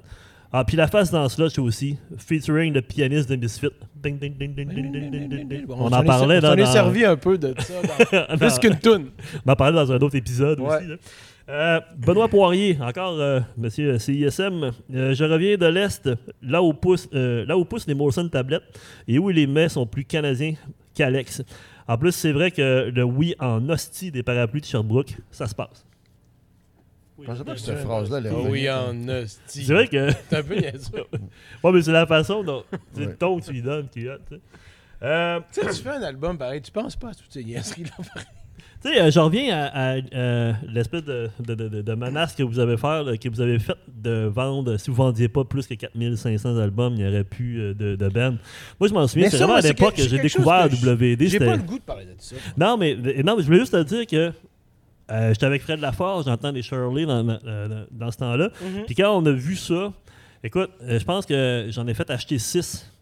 Ah, puis la face dans Slush aussi, featuring le pianiste de Misfit. Ding, ding, ding, ding,
Ben,
ding, ding, ding, ding, ding. On en
est-
parlait
On
dans,
s'en est
dans- (laughs)
servi un peu de ça. dans- Plus qu'une toune.
on en parlait dans un autre épisode
Ouais.
aussi. là. Euh, Benoît Poirier, encore euh, monsieur CISM. Euh, je reviens de l'Est, là où poussent euh, là où poussent les Morrison tablettes et où les mets sont plus canadiens qu'Alex. En plus, c'est vrai que le oui en hostie des parapluies de Sherbrooke, ça se passe.
Je pensais pas que cette phrase-là allait
Ah
revenir.
oui, en hostie.
Oh, C'est vrai que.
C'est un peu niaiseux.
(laughs) Ouais, mais c'est la façon dont. C'est le
Ouais.
ton que tu lui donnes qui est hot, tu sais. Euh,
Tu sais, tu fais un album pareil, tu penses pas à toutes ces niaiseries-là.
Tu sais, euh, je reviens à, à, euh, l'espèce de, de, de- de- de menace que vous avez faire, là, que vous avez faite de vendre. Si vous vendiez pas plus que 4500 albums, il n'y aurait plus euh, de, de band. Moi, je m'en souviens,
Mais
c'est
ça,
vraiment
moi,
à
c'est
l'époque
quelque-
que j'ai
quelque chose
découvert
que j-
WD.
J'ai
c'était-
pas le goût de parler de ça.
Non, mais, non, mais je voulais juste te dire que euh, j'étais avec Fred Laforge, j'entends les Shirley dans, dans- dans- dans ce temps-là.
Mm-hmm.
Puis quand on a vu ça, écoute, euh, je pense que j'en ai fait acheter Euh, 6.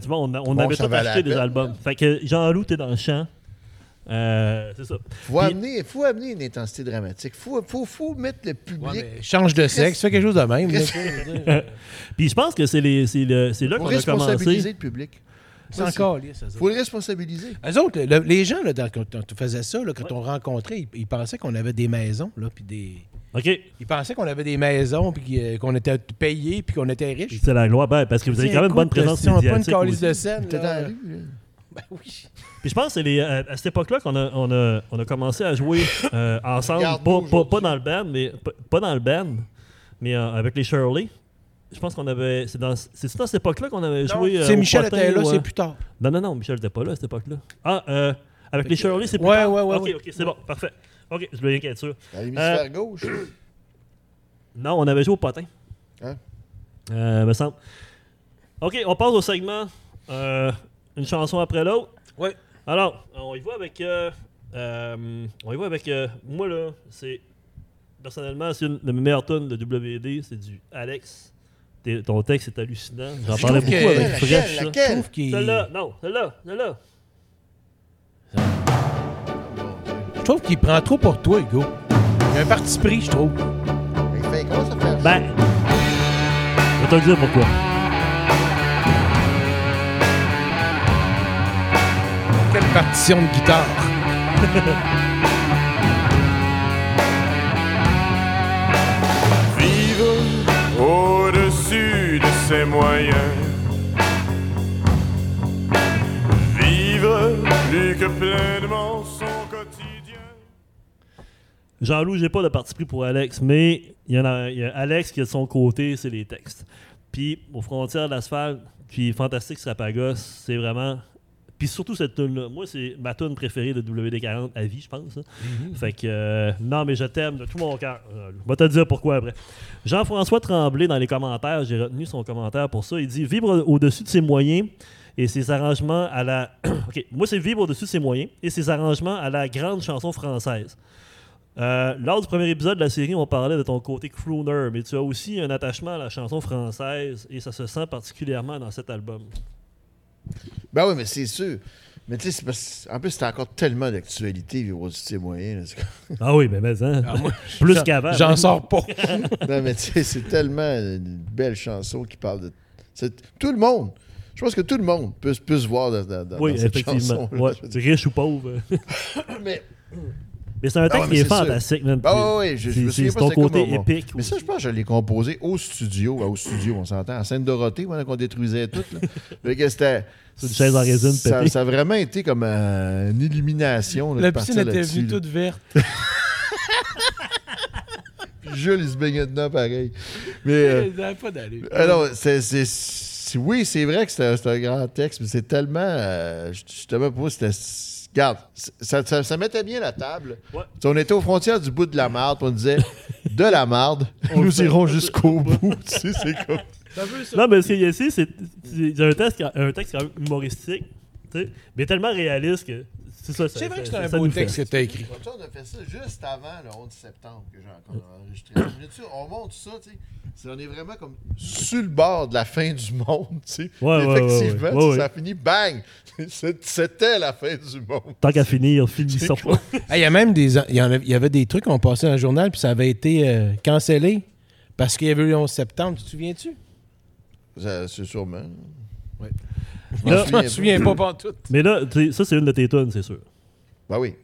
du monde, on, a- on
Bon,
avait
ça
tout
valait
acheté
la
des
peine.
albums. Fait que Jean-Loup, t'es dans le champ. Euh, c'est ça.
Faut amener, faut amener une intensité dramatique. Faut, faut, faut mettre le public.
Ouais, mais change de sexe, fais quelque chose de même. là, tu sais, je
(laughs)
veux dire.
Puis je pense que c'est les- c'est le- c'est là
faut
qu'on a commencé.
responsabiliser le public.
C'est encore lié, ça. ça.
Faut le responsabiliser.
Eux autres, le- le- les gens, là, dans- quand on faisait ça, là, quand on rencontrait, ils, ils pensaient qu'on avait des maisons, là, puis des...
OK.
Ils pensaient qu'on avait des maisons, puis euh, qu'on était payés, puis qu'on était riches.
C'est la gloire. Ben, parce que vous avez quand même une bonne
Écoute, là,
présence
Si on a pas une
médiatique.
calice
aussi.
de scène,
T'es dans
là,
Euh,
la rue. là.
ben oui.
Puis je pense que c'est les- à, à cette époque-là qu'on a, on a, on a commencé à jouer euh, ensemble. Pas,
Regarde-nous
pas- pas dans le band, mais pas- pas dans le band, mais euh, avec les Shirley. Je pense qu'on avait. C'est dans, c'est dans cette époque-là qu'on avait joué. euh,
c'est
au
Michel
Potin
était là,
ou, euh,
c'est plus tard.
Non, non, non, Michel n'était pas là à cette époque-là. Ah, euh, avec les Shirley, c'est plus
ouais,
tard.
ouais, ouais,
Ok,
ouais.
ok, c'est bon, parfait. Ok, je voulais rien qu'être sûr.
Dans l'hémisphère gauche.
Non, on avait joué au potin.
Hein?
Euh, me semble. Ok, on passe au segment. euh, une chanson après l'autre.
Ouais.
Alors, on y va avec. euh, euh, on y va avec. euh, moi, là, c'est. Personnellement, c'est une de mes meilleures tonnes de WD. C'est du Alex. T'es- ton texte est hallucinant. J'en
Je
parlais
trouve
beaucoup
que-
avec
Laquelle,
Fresh. là.
Je
laquelle?
trouve qu'il-
Celle-là, non, celle-là, celle-là.
je trouve qu'il prend trop pour toi, Hugo. Il y a un parti pris, je trouve.
Hey, fait, comment ça fait?
Ben. Je vais te le dire pourquoi.
Quelle partition de guitare.
vivre au-dessus de ses moyens. Vivre plus que pleinement son quotidien.
Jean-Loup, j'ai pas de parti pris pour Alex, mais il y en a, il y a Alex qui a de son côté, c'est les textes. Puis aux frontières de l'asphalte, puis Fantastique Strapagos, c'est vraiment. Puis surtout cette tune-là. Moi, c'est ma tune préférée de WD40 à vie, je pense. hein. Fait que. euh, non, mais je t'aime de tout mon cœur. Jean-Loup. Je vais te dire pourquoi après. Jean-François Tremblay, dans les commentaires, j'ai retenu son commentaire pour ça. Il dit Vivre au-dessus de ses moyens et ses arrangements à la. (clears throat) ok, moi, c'est Vivre au-dessus de ses moyens et ses arrangements à la grande chanson française. Euh, lors du premier épisode de la série, on parlait de ton côté crooner, mais tu as aussi un attachement à la chanson française et ça se sent particulièrement dans cet
(laughs)
album.
Ben oui, mais c'est sûr. Mais tu sais, c'est parce- en plus, c'est encore tellement d'actualité, vivre au-dessus de ses moyens. là. C'est comme-
Ah oui, mais mais hein, plus qu'avant.
J'en sors
(laughs)
pas.
Non, mais tu sais, c'est tellement une belle chanson qui parle de. c'est- Tout le monde. Je pense que tout le monde peut, peut se voir dans, dans- dans
Oui,
cette
effectivement.
chanson-là.
Ouais,
Je veux dire,
riche ou pauvre.
mais-
(laughs) mais c'est un texte
ouais,
qui
mais
est,
c'est sûr.
fantastique, man.
Ah oui, je, je me
C'est
souviens
c'est
pas
ton
c'était comment,
côté
moi.
épique.
Mais ça, je pense que je l'ai composé au studio. Ben, au studio, on s'entend. En Seine-Dorothy, pendant qu'on détruisait tout.
(laughs)
Là. Fait que c'était...
C'est une chaise en résine
ça,
pétée.
ça a vraiment été comme euh, une illumination. Là,
La
de partir
piscine était
là-dessus,
venue
là.
toute verte.
Puis Jules, il se baignait dedans pareil. Mais... euh,
Elle n'avait pas d'allure.
Alors, c'est, c'est- c'est- oui, c'est vrai que c'est un, c'est un grand texte, mais c'est tellement. euh, justement, pour moi, c'était. Regarde, c'est- ça, ça- ça mettait bien la table.
Ouais.
Tu sais, On était aux frontières du bout de la marde, puis on disait (laughs) de la
(laughs)
marde,
le
nous
fait.
irons jusqu'au bout. (laughs) tu sais, c'est comme.
Non, mais ce qu'il y a ici, c'est c'est un texte, qui- un texte quand même humoristique, tu sais, mais tellement réaliste que c'est ça. ça-
C'est vrai que c'est
ça-
un
ça
beau
nous fait.
texte que tu as (laughs) écrit.
On a fait ça juste avant le 11 septembre que j'ai (laughs) enregistré. On monte ça, tu sais. On est vraiment comme sur le bord de la fin du monde, tu sais.
Ouais, ouais,
Effectivement,
ouais, ouais. Ouais,
ça finit bang. (laughs) C'était la fin du monde.
Tant qu'à finir, finissons.
Ah, Il y a même des. Il y, en avait, il y avait des trucs qu'on passait dans le journal, puis ça avait été euh, cancellé Parce qu'il y avait eu le 11 septembre, tu te souviens-tu?
Ça, C'est sûrement.
Là-
Je me souviens pas partout.
Mais là, tu sais, ça, c'est une de tes tunes, c'est sûr.
Ben oui.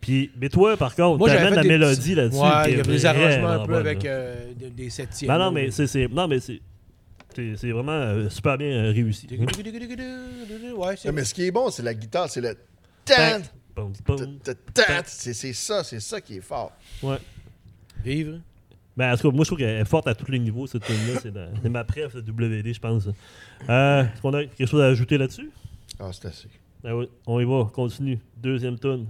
Puis, mais toi, par contre,
Moi, j'avais
t'amènes
fait
la
des
mélodie
petits-
là-dessus.
Ouais,
qui
il y
est
a des arrangements
vraiment
un peu
bonne,
avec
là.
euh, de- des septièmes.
Non, non, mais c'est- c'est non, mais c'est- c'est c'est vraiment euh, super bien euh, réussi.
Ouais, c'est...
Ah, Mais ce qui est bon, c'est la guitare, c'est le.
Pam, pam, pam.
Tant, C'est c'est ça, c'est ça qui est fort.
Ouais.
Vivre.
Ben, en tout cas, moi, je trouve qu'elle est forte à tous les niveaux, cette tune-là. C'est dans- c'est ma préf de WD, je pense. Euh, Est-ce qu'on a quelque chose à ajouter là-dessus?
Ah, c'est assez.
Ben oui, on y va, continue. Deuxième tune.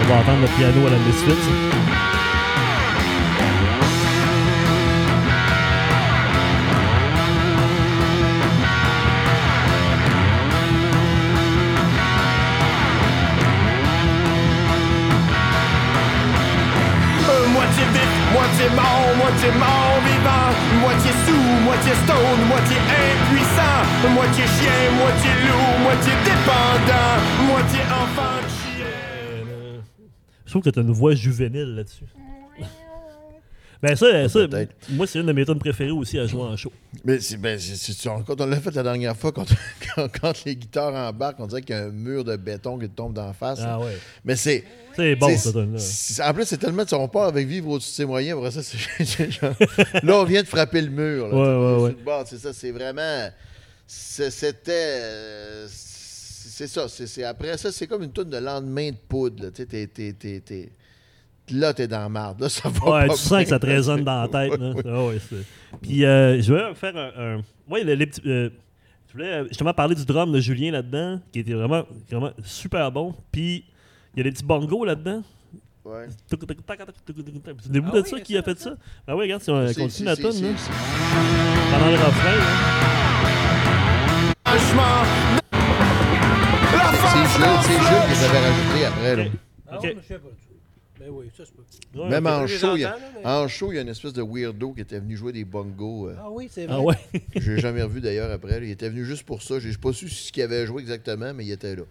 On va entendre le piano à la Misfits.
Euh, moitié vite, moitié mort, moitié mort vivant, moitié sous, moitié stone, moitié impuissant, moitié chien, moitié loup, moitié dépendant, moitié enfant de chien.
Euh, Je trouve que t'as une voix juvénile là-dessus. Ben ça, ça
Peut-être.
moi c'est une de mes tunes préférées aussi à jouer en show.
Mais c'est ben, c'est- c'est- c'est- quand on l'a fait la dernière fois, quand, (laughs) quand, quand les guitares embarquent, on dirait qu'il y a un mur de béton qui te tombe d'en face.
Ah ouais.
Mais c'est.
C'est bon
c'est-
cette tune-là.
c'est- En plus, c'est tellement. On part avec vivre au-dessus de ses moyens. Après ça, c'est- là, on vient de frapper le mur. là.
Ouais,
Sur
ouais,
le bord, c'est ça. C'est vraiment. c'est- C'était. euh, C'est ça. c'est- c'est- après ça, c'est comme une toune de lendemain de poudre. Là, tu sais, t'es- t'es- t'es- t'es- là, t'es dans la marde. Là, ça va
Ouais,
pas
tu sens que ça te
bien.
résonne dans la tête. là.
(laughs)
Ah ouais, c'est- Puis euh, je voulais faire un. un- Ouais, les, les petits. euh, je voulais euh, justement parler du drum de Julien là-dedans, qui était vraiment, vraiment super bon. Puis il y a des petits bongos là-dedans.
Ouais.
C'est le début
Ah
de
oui,
ça
il y a
qui a
ça,
fait ça. Ben oui, regarde, si on
C'est-
continue la
c'est-
tune
c'est-
là,
c'est-
pendant le refrain. là.
Franchement, la
C'est le c'est le jeu qu'ils avaient rajouté après. là.
Ok.
Ah,
Ok.
ouais, mais je sais pas. Mais oui, ça, c'est pas.
Ah Ouais,
Même
ok.
en
les
show, il y a,
entends, là, mais-
en show, il y a une espèce de weirdo qui était venu jouer des bongos. euh,
Ah oui, c'est vrai.
Ah ouais.
Je l'ai jamais revu d'ailleurs après. là. Il était venu juste pour ça. J'ai j'ai pas su ce qu'il avait joué exactement, mais il était là.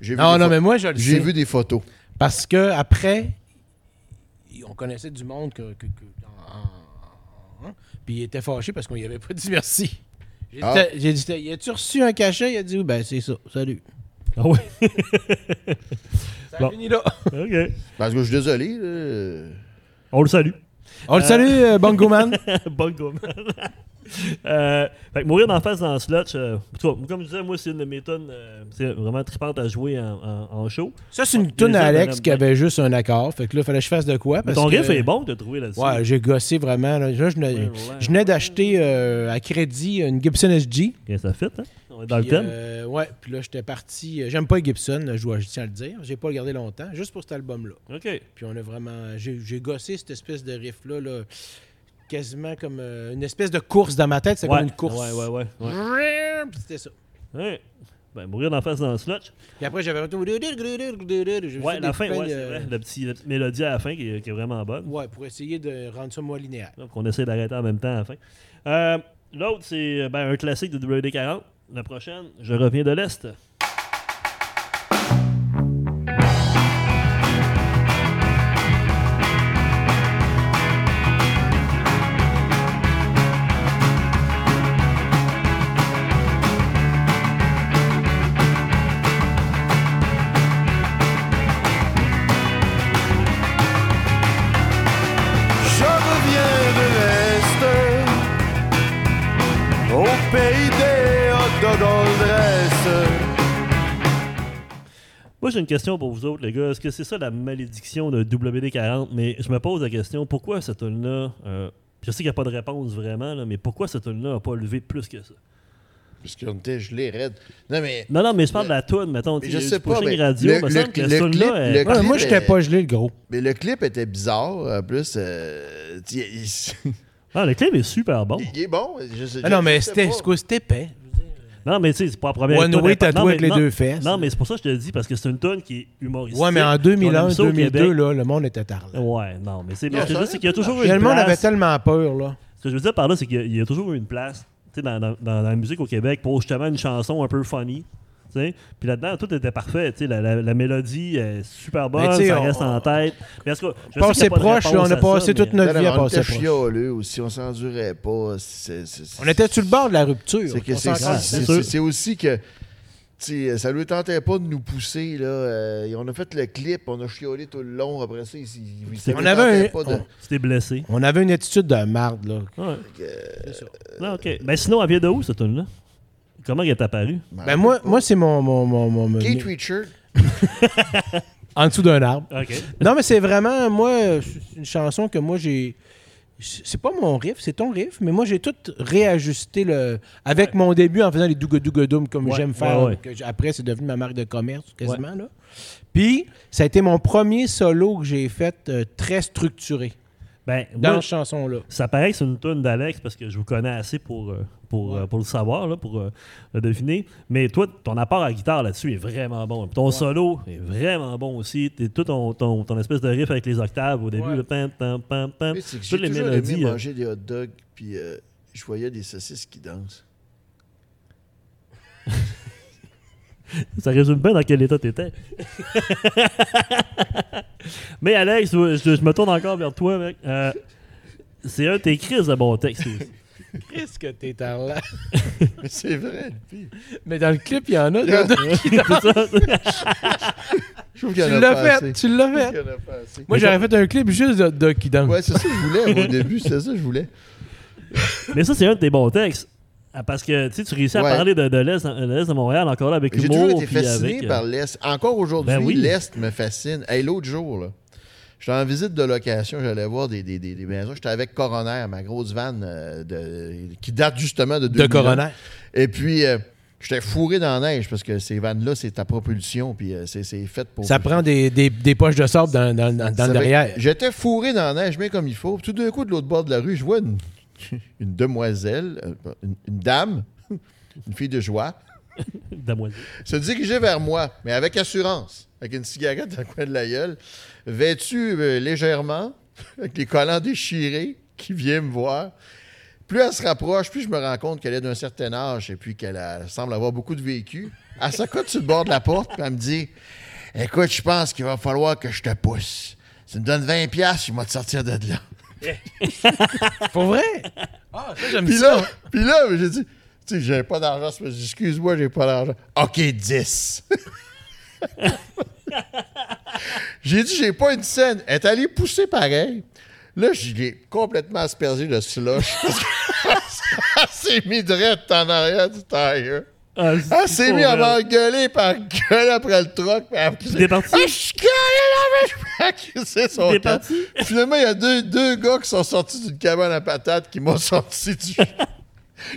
J'ai vu
Non,
des
non,
pho-
mais moi, je le
J'ai
sais.
vu des photos.
Parce que après, y- on connaissait du monde que, que- que- en- en- hein, puis il était fâché parce qu'on n'y avait pas dit merci. J'ai
Ah.
dit, j'ai dit, y a-tu reçu un cachet? Il a dit, oui, ben c'est ça, salut.
Ah ouais. (laughs)
Ça
Bon.
finit là.
Ok.
Parce que je suis désolé. là, euh,
On le salue.
On le salue, euh, Bongo Man.
(laughs) Bonne gomme. euh, fait que mourir d'en face dans Slotch, euh, en tout cas, comme je disais, moi, c'est une de mes tonnes, euh, c'est vraiment tripante à jouer en, en- en show.
(laughs) Ça, c'est une
Les
toune à
autres,
Alex
madame,
qui
ouais.
avait juste un accord. Fait que là, fallait que je fasse de quoi.
Mais
Parce
ton
que-
riff est bon de trouver là-dessus.
Ouais, j'ai gossé vraiment. Là, Là, je venais, je venais d'acheter euh, à crédit une Gibson SG.
Ok, ça fit, hein? On est dans
Puis,
le thème.
euh, ouais, puis là, j'étais parti. euh, J'aime pas les Gibson, là, je dois je tiens à le dire. J'ai pas regardé longtemps, juste pour cet album-là.
OK.
Puis on a vraiment. J'ai j'ai gossé cette espèce de riff-là, là, quasiment comme euh, une espèce de course dans ma tête. C'est
Ouais.
comme une course.
Ouais, ouais, ouais. ouais.
Puis C'était ça.
Ouais. Ben, mourir d'en face dans Slotch.
Puis après, j'avais retour.
Ouais,
Ouais,
la fin, ouais, c'est vrai. La petite, la petite mélodie à la fin qui, est- qui est vraiment bonne.
Ouais, pour essayer de rendre ça moins linéaire.
Donc, on essaie d'arrêter en même temps à la fin. Euh, L'autre, c'est euh, ben, un classique de WD-40. La prochaine, Je reviens de l'Est.
Je reviens de l'Est, au pays des hot dog
Moi, j'ai une question pour vous autres, les gars. Est-ce que c'est ça la malédiction de WD-40? Mais je me pose la question, pourquoi cette tune-là... euh, je sais qu'il n'y a pas de réponse vraiment, là, mais pourquoi cette tune-là n'a pas levé plus que ça?
Parce qu'on était gelé, raide. Non, mais.
Non, non, mais je parle de la tune, mettons.
Mais
tu sais,
je
du
sais pas,
pushing
mais
radio,
le-
me
le-
semble que
le
cette
clip-
tune-là...
le
elle-
Ouais, mais moi,
clip,
j'étais
euh,
pas gelé, le gros.
Mais le clip était bizarre. En plus, euh, tu- il, il-
Ah, le clip est super bon.
(laughs) il est bon. je sais-
Ah non,
je
mais
sais
c'était
pas.
c'est quoi, c'était épais.
Non, mais tu sais, c'est pas la première
One
étoile
Way,
d'impact.
t'as
Non,
toi
mais-
avec les
non,
deux fesses.
Non, mais c'est pour ça que je te le dis, parce que c'est une tonne qui est humoristique.
Ouais, mais en
On
2001,
aime ça au
2002,
Québec.
là, le monde était tard. là.
Ouais, non, mais c'est. mais
Non,
je te dis,
ça aurait
c'est qu'il y a
pu
toujours
Et
une
le monde avait
place-
tellement peur, là.
Ce que je veux dire par là, c'est qu'il y a- il y, a toujours eu une place tu sais, dans, dans, dans la musique au Québec pour justement une chanson un peu funny. tu sais. Puis là-dedans, tout était parfait. tu sais, La, la, la mélodie est super bonne,
Mais tu sais,
ça
on-
reste en tête. Mais en tout cas, je sais qu'il y
Passé
a pas de
proche, là,
réponse
on a
à
passé
ça,
toute
mais-
notre vie à
on
passer
était
proche.
chialeux aussi, on s'endurait pas. c'est- c'est- c'est-
On était sur le bord de la rupture.
C'est que
On
c'est-
s'en calme.
c'est
c'est-
sûr.
c'est- c'est aussi que tu sais, ça lui tentait pas de nous pousser. Là. euh, et on a fait le clip, on a chiolé tout le long. Après ça, il, il- il- ça
On
lui
avait
tentait
un-
pas de-
Tu t'es blessé.
On avait une attitude de marde, là.
Ouais. Non, ok. Mais sinon, elle vient de où, cette tune là Comment elle est apparue
Ben moi, moi c'est mon, mon, mon, mon- mon-
Kate Richard,
En dessous d'un arbre.
Ok.
Non, mais c'est vraiment, moi, c'est une chanson que moi, j'ai. C'est pas mon riff, c'est ton riff, mais moi, j'ai tout réajusté le... avec mon début en faisant les dougadoum comme
Ouais,
j'aime faire.
ouais, ouais.
que j- Après, c'est devenu ma marque de commerce, quasiment. Là. Puis, ça a été mon premier solo que j'ai fait euh, très structuré
Ben,
dans
moi,
cette chanson-là.
Ça paraît que c'est une tune d'Alex parce que je vous connais assez pour, euh, pour, euh, pour le savoir, là, pour euh, le deviner. Mais toi, ton apport à la guitare là-dessus est vraiment bon. Puis Ton solo est vraiment bon aussi. T'es- Tout ton, ton, ton espèce de riff avec les octaves au début,
Ouais.
le pam, pam, pam, pam.
mais c'est que j'ai
Toutes les
toujours
mélodies.
aimé
euh,
manger des hot dogs, puis euh, je voyais des saucisses qui
(laughs)
dansent.
ça résume bien dans quel état t'étais. (laughs) Mais Alex, je, je me tourne encore vers toi, mec. Euh, c'est un de tes crises de bon texte aussi.
Qu'est-ce que t'es là?
Mais c'est vrai, le pire.
(laughs) Mais dans le clip, il y en a. (laughs)
Il y en a-
dedans.
(laughs) Je trouve qu'il y en
tu
a
l'as
pas assez.
fait, tu l'as
Je trouve
fait.
qu'il y en a pas assez.
Moi, j'aurais fait un clip juste de, de qui danse.
Ouais, c'est ça que je voulais moi, au début, c'est ça que je voulais.
Mais ça, c'est un de tes bons textes. Ah, Parce que tu sais, tu réussis à
Ouais.
parler de, de l'Est de, l'Est de Montréal encore là avec
J'ai
humour.
toujours été
puis
fasciné
avec, euh,
par l'Est. Encore aujourd'hui,
Ben oui.
l'Est me fascine. Hey, l'autre jour, là, j'étais en visite de location, j'allais voir des, des- des- des maisons. J'étais avec Coroner, ma grosse vanne euh, de- qui date justement de
De
2001.
Coroner.
Et puis, euh, j'étais fourré dans la neige parce que ces vannes-là, c'est ta propulsion, puis euh, c'est c'est fait pour...
Ça prend des, des, des poches de sable dans, dans, dans, dans
Ça
le
fait-
derrière.
J'étais fourré dans la neige, mais comme il faut. Tout d'un coup, de l'autre bord de la rue, je vois une, (laughs) une demoiselle, euh, une, une dame, (laughs) une fille de joie,
Damoiselle.
se diriger vers moi, mais avec assurance, avec une cigarette dans le coin de la gueule, vêtue euh, légèrement, (laughs) avec les collants déchirés, qui vient me voir. Plus elle se rapproche, plus je me rends compte qu'elle est d'un certain âge et puis qu'elle a- semble avoir beaucoup de vécu. Elle s'accote sur le bord de la porte puis elle me dit Écoute, je pense qu'il va falloir que je te pousse. Tu me donnes 20$, piastres, je vais te sortir de là.
(laughs) Pour vrai? Ah, ça, j'aime
Puis
ça.
là, puis là j'ai dit Tu sais, j'avais pas d'argent. Je me suis dit, Excuse-moi, j'ai pas d'argent. OK, 10. (laughs) J'ai dit, j'ai pas une scène. Elle est allée pousser pareil. Là, je l'ai complètement aspergé de slush. (laughs) parce que elle s'est mis direct en arrière du tailleur.
Ah,
Elle s'est mise à
pauvre elle.
m'engueuler, par gueule après le truck. puis elle-
t'es parti?
Ah, je suis collé là, mais je crissé son
T'es
camp.
parti?
Finalement, il y a deux, deux gars qui sont sortis d'une cabane à patates qui m'ont (laughs) sorti du.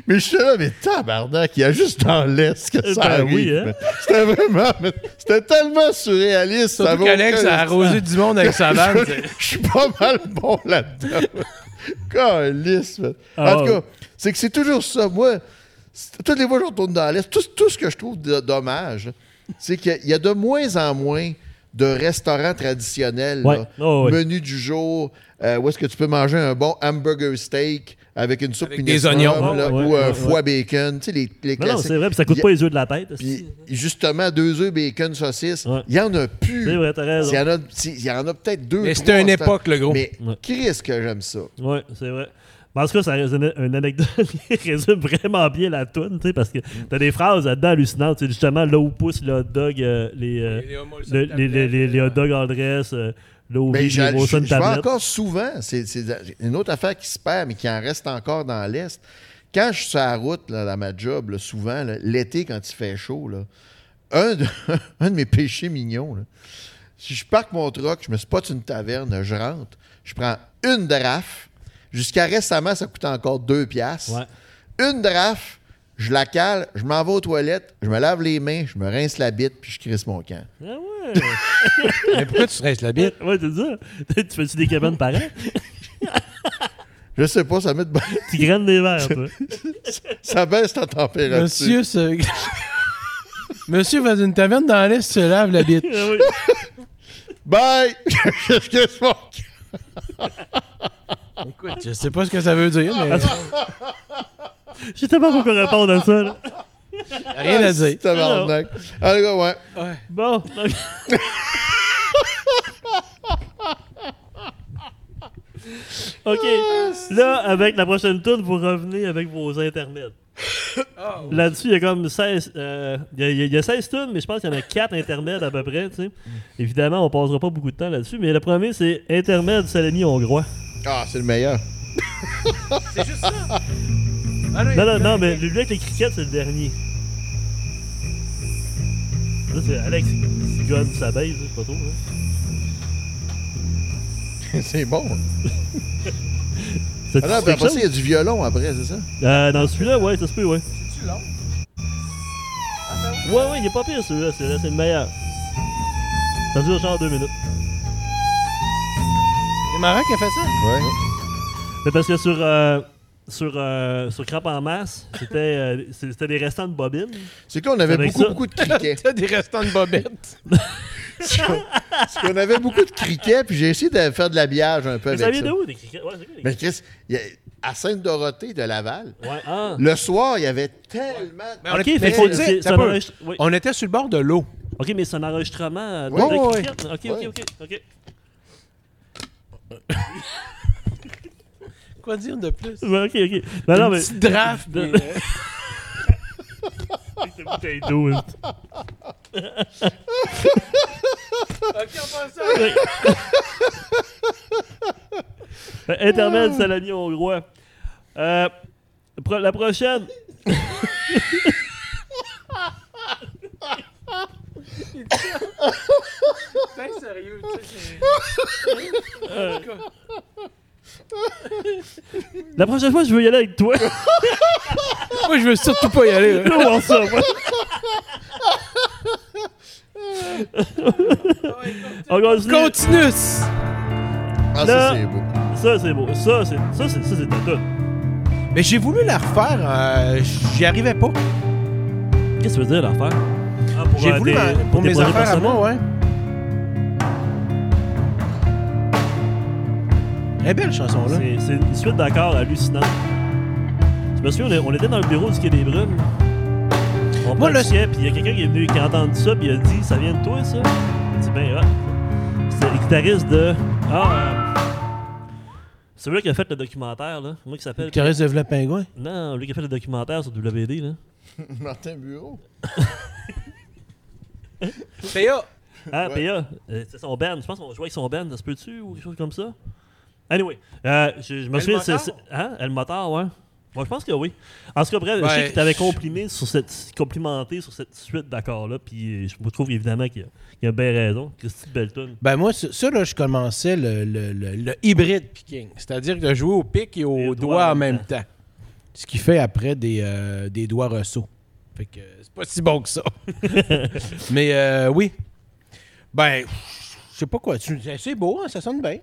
Mais je suis là, mais tabarnak, il y a juste dans l'Est que ça
Ben
arrive.
oui, hein?
C'était vraiment... C'était tellement surréaliste. ça
Surtout
vaut
qu'Alex
aucun
a arrosé du monde avec (laughs) sa vanne.
je, je suis pas mal bon
(laughs)
là-dedans. Calisse, man.
Ah,
En tout
ouais.
cas, c'est que c'est toujours ça. Moi, c'est- toutes les fois que je retourne dans l'Est, tout, tout ce que je trouve de- dommage, c'est qu'il y a- il y a de moins en moins de restaurants traditionnels.
Ouais.
là.
Oh, ouais.
Menu du jour, euh, où est-ce que tu peux manger un bon hamburger steak avec une soupe
Avec
Phoenix
des oignons.
Farm, là,
Ouais, ouais,
ou un
ouais,
foie bacon. Tu sais, les, les
Non, non,
classiques.
c'est vrai, puis ça coûte
Y-
pas les yeux de la tête.
Puis justement, deux œufs, bacon, saucisse, il
Ouais.
y en a plus.
C'est vrai, t'as raison.
Il y en a, si- il y en a peut-être deux.
Mais
trois,
c'était une époque, le gros.
Mais
Ouais.
qui risque que j'aime ça?
Oui, c'est vrai. Mais en tout cas, ça reste une, une anecdote (laughs) qui résume vraiment bien la toune, tu sais, parce que t'as des phrases là-dedans hallucinantes. tu sais, Justement, là où pousse le hot dog, euh, les, euh, le- les, les, les- les hot dogs en dresse, euh, là où
Mais
vivent
je,
les gros
Ben, je-
sons de
je vois
tablette.
encore souvent, c'est c'est une autre affaire qui se perd, mais qui en reste encore dans l'Est. Quand je suis sur la route, là, dans ma job, là, souvent, là, l'été, quand il fait chaud, là, un, de, (laughs) un de mes péchés mignons, là, si je parque mon truck, je me spot une taverne, je rentre, je prends une draft. Jusqu'à récemment, ça coûtait encore deux piastres.
Ouais.
Une draft, je la cale, je m'en vais aux toilettes, je me lave les mains, je me rince la bite, puis je crisse mon camp.
Ah ouais! (laughs)
Mais pourquoi tu te rinces la bite?
ouais, c'est ça. (laughs) tu fais-tu des cabanes par an?
Je sais pas, ça met de bonne- (laughs)
Tu graines des verres, toi.
Ça baisse ta température.
Monsieur se... (laughs) Monsieur va d'une taverne dans l'Est, se lave la bite.
Ah oui.
Bye! (laughs) Qu'est-ce que je fais?
Écoute, je sais pas ce que ça veut dire, (laughs) mais
Je sais pas pourquoi répondre à ça. là.
rien à dire.
Tabarnak. En tout cas, ouais.
Ouais.
Bon. donc- (laughs) OK. Là, avec la prochaine tourne, vous revenez avec vos internets. Là-dessus, il y a comme 16. euh, il, y a, il y a- il y a 16 tunes, mais je pense qu'il y en a 4 internets à peu près. tu sais. Évidemment, on passera pas beaucoup de temps là-dessus, mais le premier, c'est Intermède Salami hongrois.
Ah, c'est le meilleur. (laughs)
C'est juste ça.
Non, non, non, mais lui avec les criquettes, c'est le dernier. Là, c'est Alex qui gagne sa base, c'est pas trop. hein. Là.
c'est bon.
C'est
Ah non, puis après ça, il y a du violon après, c'est ça?
Euh, dans celui-là, ouais, ça se peut, ouais.
C'est-tu long?
Ouais, ouais, il est pas pire celui-là, celui-là, c'est le meilleur. Ça dure genre deux minutes.
C'est marrant qu'il a fait ça.
Ouais.
Mais parce que sur, euh, sur, euh, sur Crampe en masse, c'était euh, c'est- c'était des restants de bobines.
C'est qu'on avait
Avec
beaucoup,
ça.
beaucoup de
(laughs)
criquets.
T'as des restants de bobettes.
Parce qu'on avait beaucoup de criquets, puis j'ai essayé de faire de l'habillage un peu
Mais
avec
ça vient
ça.
de où, des criquettes? Ouais, c'est quoi, des
Mais Chris, il y a- à Sainte-Dorothée de Laval,
criquettes? Ouais, ah.
le soir, il y avait tellement...
Mais on
Ok,
est-
fait
mais
faut
tu sais,
c'est-
ça
c'est un
peut.
enregistre- oui.
On était sur le bord de l'eau.
Ok, mais c'est un enregistrement euh, de
Ouais,
de
ouais, ouais.
criquettes. Ok,
Ouais.
ok, ok, ok.
Quoi dire de plus?
Ouais, ok, ok. Ben non,
Une
mais.
(laughs)
petite draft.
De-
mais, euh,
Cette (laughs) bouteille d'eau, hein.
ok, on passe à-
Fait, Intermède salami hongrois. Euh, pro- la prochaine.
T'es sérieux, tu sais,
La prochaine fois, je veux y aller avec toi. (laughs)
c'est- Moi, je veux surtout pas y aller. là.
Là, on s'en va. On continue.
Continuous!
Ah,
Là-
ça, c'est beau. (laughs)
Ça, c'est beau. Ça, c'est ça, c'est ça, c'est ta toune.
Mais j'ai voulu la refaire, euh, j'y arrivais pas.
Qu'est-ce que tu veux dire, l'affaire? Ah, pour,
J'ai
euh,
voulu
tes-
ma- pour
tes
mes
projets
affaires à
personnels?
moi, ouais. Elle est belle chanson là.
C'est- C'est une suite d'accords hallucinante. Je me souviens, on est- on était dans le bureau du Quai des Brumes. On
Moi,
Moi,
le-
le puis il y a quelqu'un qui est venu qui a entendu ça, puis il a dit Ça vient de toi, ça C'est bien hot. C'est le guitariste de. Ah, euh, celui qui a fait le documentaire, là. Moi qui s'appelle.
Thérèse de Vla Pingouin.
Non, lui qui a fait le documentaire sur WD,
(laughs)
là.
Martin Bureau.
Théa!
Ah,
Ouais.
PA, euh, c'est son band. Je pense qu'on jouait avec son band, ça se peut-tu ou quelque chose comme ça? Anyway, euh, je, je me
El
souviens. c'est-
Motard?
c'est- Hein? El Motard, ouais. Moi, je pense que oui. En tout cas, bref, je
Ouais,
sais que t'avais
je-
complimé sur cette, complimenté sur cette suite d'accords-là, puis euh, je me trouve évidemment qu'il a, qu'il a bien raison. Christy Belton.
Ben moi, ça, ça, là, je commençais le, le- le- le hybride picking. C'est-à-dire de jouer au pic et
Et
au
au
doigt, en même temps. Ce qui fait après des, euh, des doigts ressauts. Fait que euh, c'est pas si bon que (laughs) ça. Mais euh, oui. Ben, je sais pas quoi. Tu- C'est beau, hein, ça sonne bien.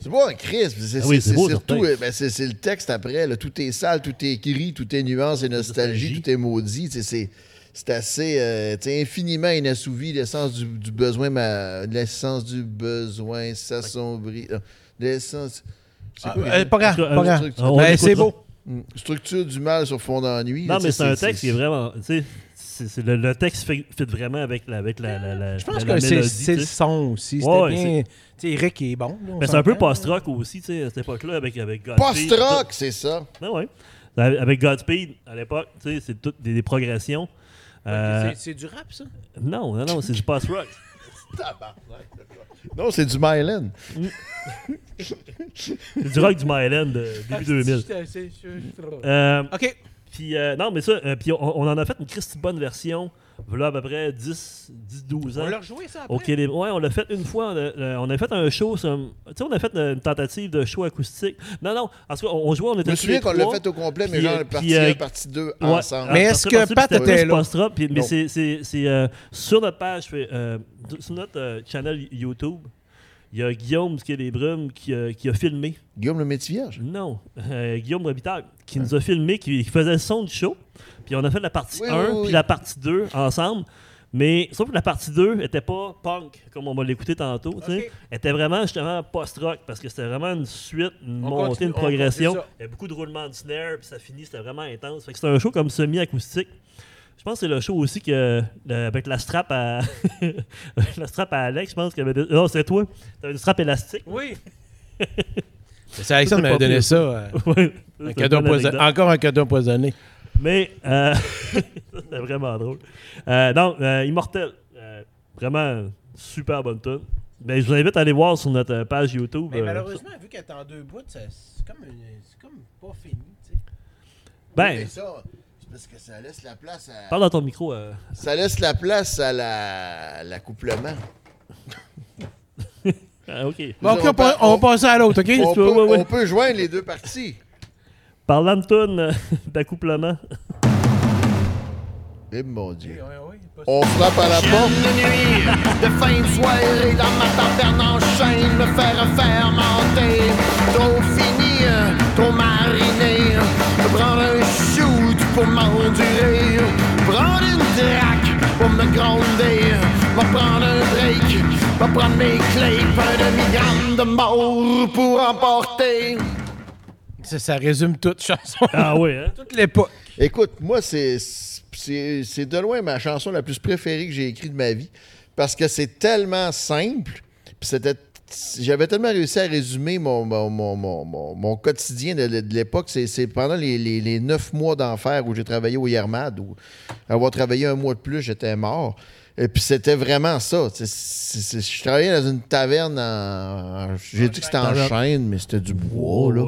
C'est beau en crise. puis C'est
Ah oui,
c'est-
c'est
c'est
beau,
surtout,
certain.
euh, ben, c'est c'est le texte après. là. Tout est sale, tout est gris, tout est nuance et nostalgie,
Nostalgie.
tout est maudit. Tu sais, C'est c'est assez euh, tu sais, infiniment inassouvi. L'essence du, du besoin, ma- l'essence du besoin s'assombrit. Non, L'essence. C'est quoi,
Euh,
les-
pas grave,
Parce que,
pas
euh,
grave.
on-
on
Ben,
écoutera.
c'est beau.
Structure du mal sur fond d'ennui.
Non,
là, tu
mais
sais,
c'est un texte qui est vraiment. Tu sais, c'est- c'est le, le texte fit, fit vraiment avec la, avec la, la, la-
Je pense
la
que c'est
mélodie,
c'est
tu
le
sais.
son aussi. C'était
Ouais, ouais,
bien. Tu sais, Eric est bon. là, on
Mais c'est un peu
s'entend.
post-rock aussi, tu sais, à cette époque-là, avec, avec Godspeed,
Post-rock, c'est ça.
Ah ouais. Avec Godspeed, à l'époque, tu sais, c'est toutes des, des progressions. Euh,
C'est- C'est du rap, ça?
non, non, non, c'est du post-rock.
Non, c'est du Myland.
c'est du rock du Myland
(laughs)
de
Ah,
début 2000. Euh,
OK.
puis, euh, non, mais ça, euh, puis on, on en a fait une Christy bonne version, voilà à peu près 10, 10 12 ans.
On l'a rejoué, ça, après?
Ok, les- ouais, on l'a fait une fois. On a, euh, on a fait un show. sur- Tu sais, on a fait une tentative de show acoustique. Non, non, en tout cas, on, on jouait, on était
Je me
tous
souviens
les
qu'on l'a
trois.
fait au complet, mais
Puis,
genre
euh,
partie
puis, euh,
1, partie 2
Ouais.
ensemble.
Ah,
Mais
parce
est-ce
que- parce
que
que c'était
Pat
plus
était là?
post-rock, puis- mais
Non.
c'est- c'est c'est, euh, sur notre page, fait, euh, sur notre euh, channel YouTube, il Il y a Guillaume qui est des brumes qui, euh, qui a filmé.
Guillaume le métier vierge.
Non, euh, Guillaume Robitaille qui nous a filmé, qui, qui faisait le son du show. Puis on a fait la partie
Oui,
1
oui, oui.
puis la partie 2 ensemble. Mais sauf que la partie 2 était pas punk, comme on va l'écouter tantôt. tu sais.
Ok.
Elle était vraiment justement post-rock parce que c'était vraiment une suite, une
On
montée,
continue,
une
on-
progression.
c'est ça.
Il y a beaucoup de roulements de snare, puis ça finit, c'était vraiment intense. Fait que c'était un show comme semi-acoustique. Je pense que c'est le show aussi que le- avec la strap à (laughs) avec la strap à Alex, je pense qu'il y avait des- Non, c'est toi. T'avais une strap élastique.
Oui. (laughs) C'est Alexandre qui
Ça, c'est
m'avait
pas
donné
pire.
ça. euh,
Ouais,
un
c'est
cadeau
une bonne
empoisonné.
anecdote.
Encore un cadeau empoisonné.
Mais euh, (laughs) c'était vraiment drôle. Euh, non, euh, Immortel. euh, vraiment super bonne tune. Ben, je vous invite à aller voir sur notre euh, page YouTube.
Mais
euh,
Ben, malheureusement, vu qu'elle est en deux bouts, ça- c'est comme, une- c'est comme pas fini. tu sais.
ben,
ça, c'est parce que ça laisse la place à.
parle dans ton micro. euh.
Ça laisse la place à la- l'accouplement.
Ah, ok.
Bon, ok,
On
on, pa- on va passer à l'autre, OK?
on,
tu vois,
peut,
ouais, ouais.
on peut joindre les deux parties.
Parlant de tune euh, (laughs) d'accouplement.
Eh mon Dieu.
oui,
On frappe à la porte.
Une nuit de fin de soirée dans ma taverne enchaîne me faire fermenter. Trop fini, trop mariné. Prendre un shoot pour m'endurer. Prendre une traque pour me gronder. Va prendre un break, va prendre mes clés. Un demi-gramme de mort pour emporter.
Ça, ça résume toute chanson.
Ah oui, hein?
toute l'époque.
Écoute, moi, c'est c'est- c'est de loin ma chanson la plus préférée que j'ai écrite de ma vie parce que c'est tellement simple. puis c'était J'avais tellement réussi à résumer mon, mon, mon- mon- mon- mon quotidien de, de l'époque. C'est c'est pendant les, les- les neuf mois d'enfer où j'ai travaillé au Yermad, où avoir travaillé un mois de plus, j'étais mort. Et puis c'était vraiment ça. C'est- c'est- c'est- je travaillais dans une taverne en. en- J'ai dit que c'était en chaîne, mais c'était du bois, là.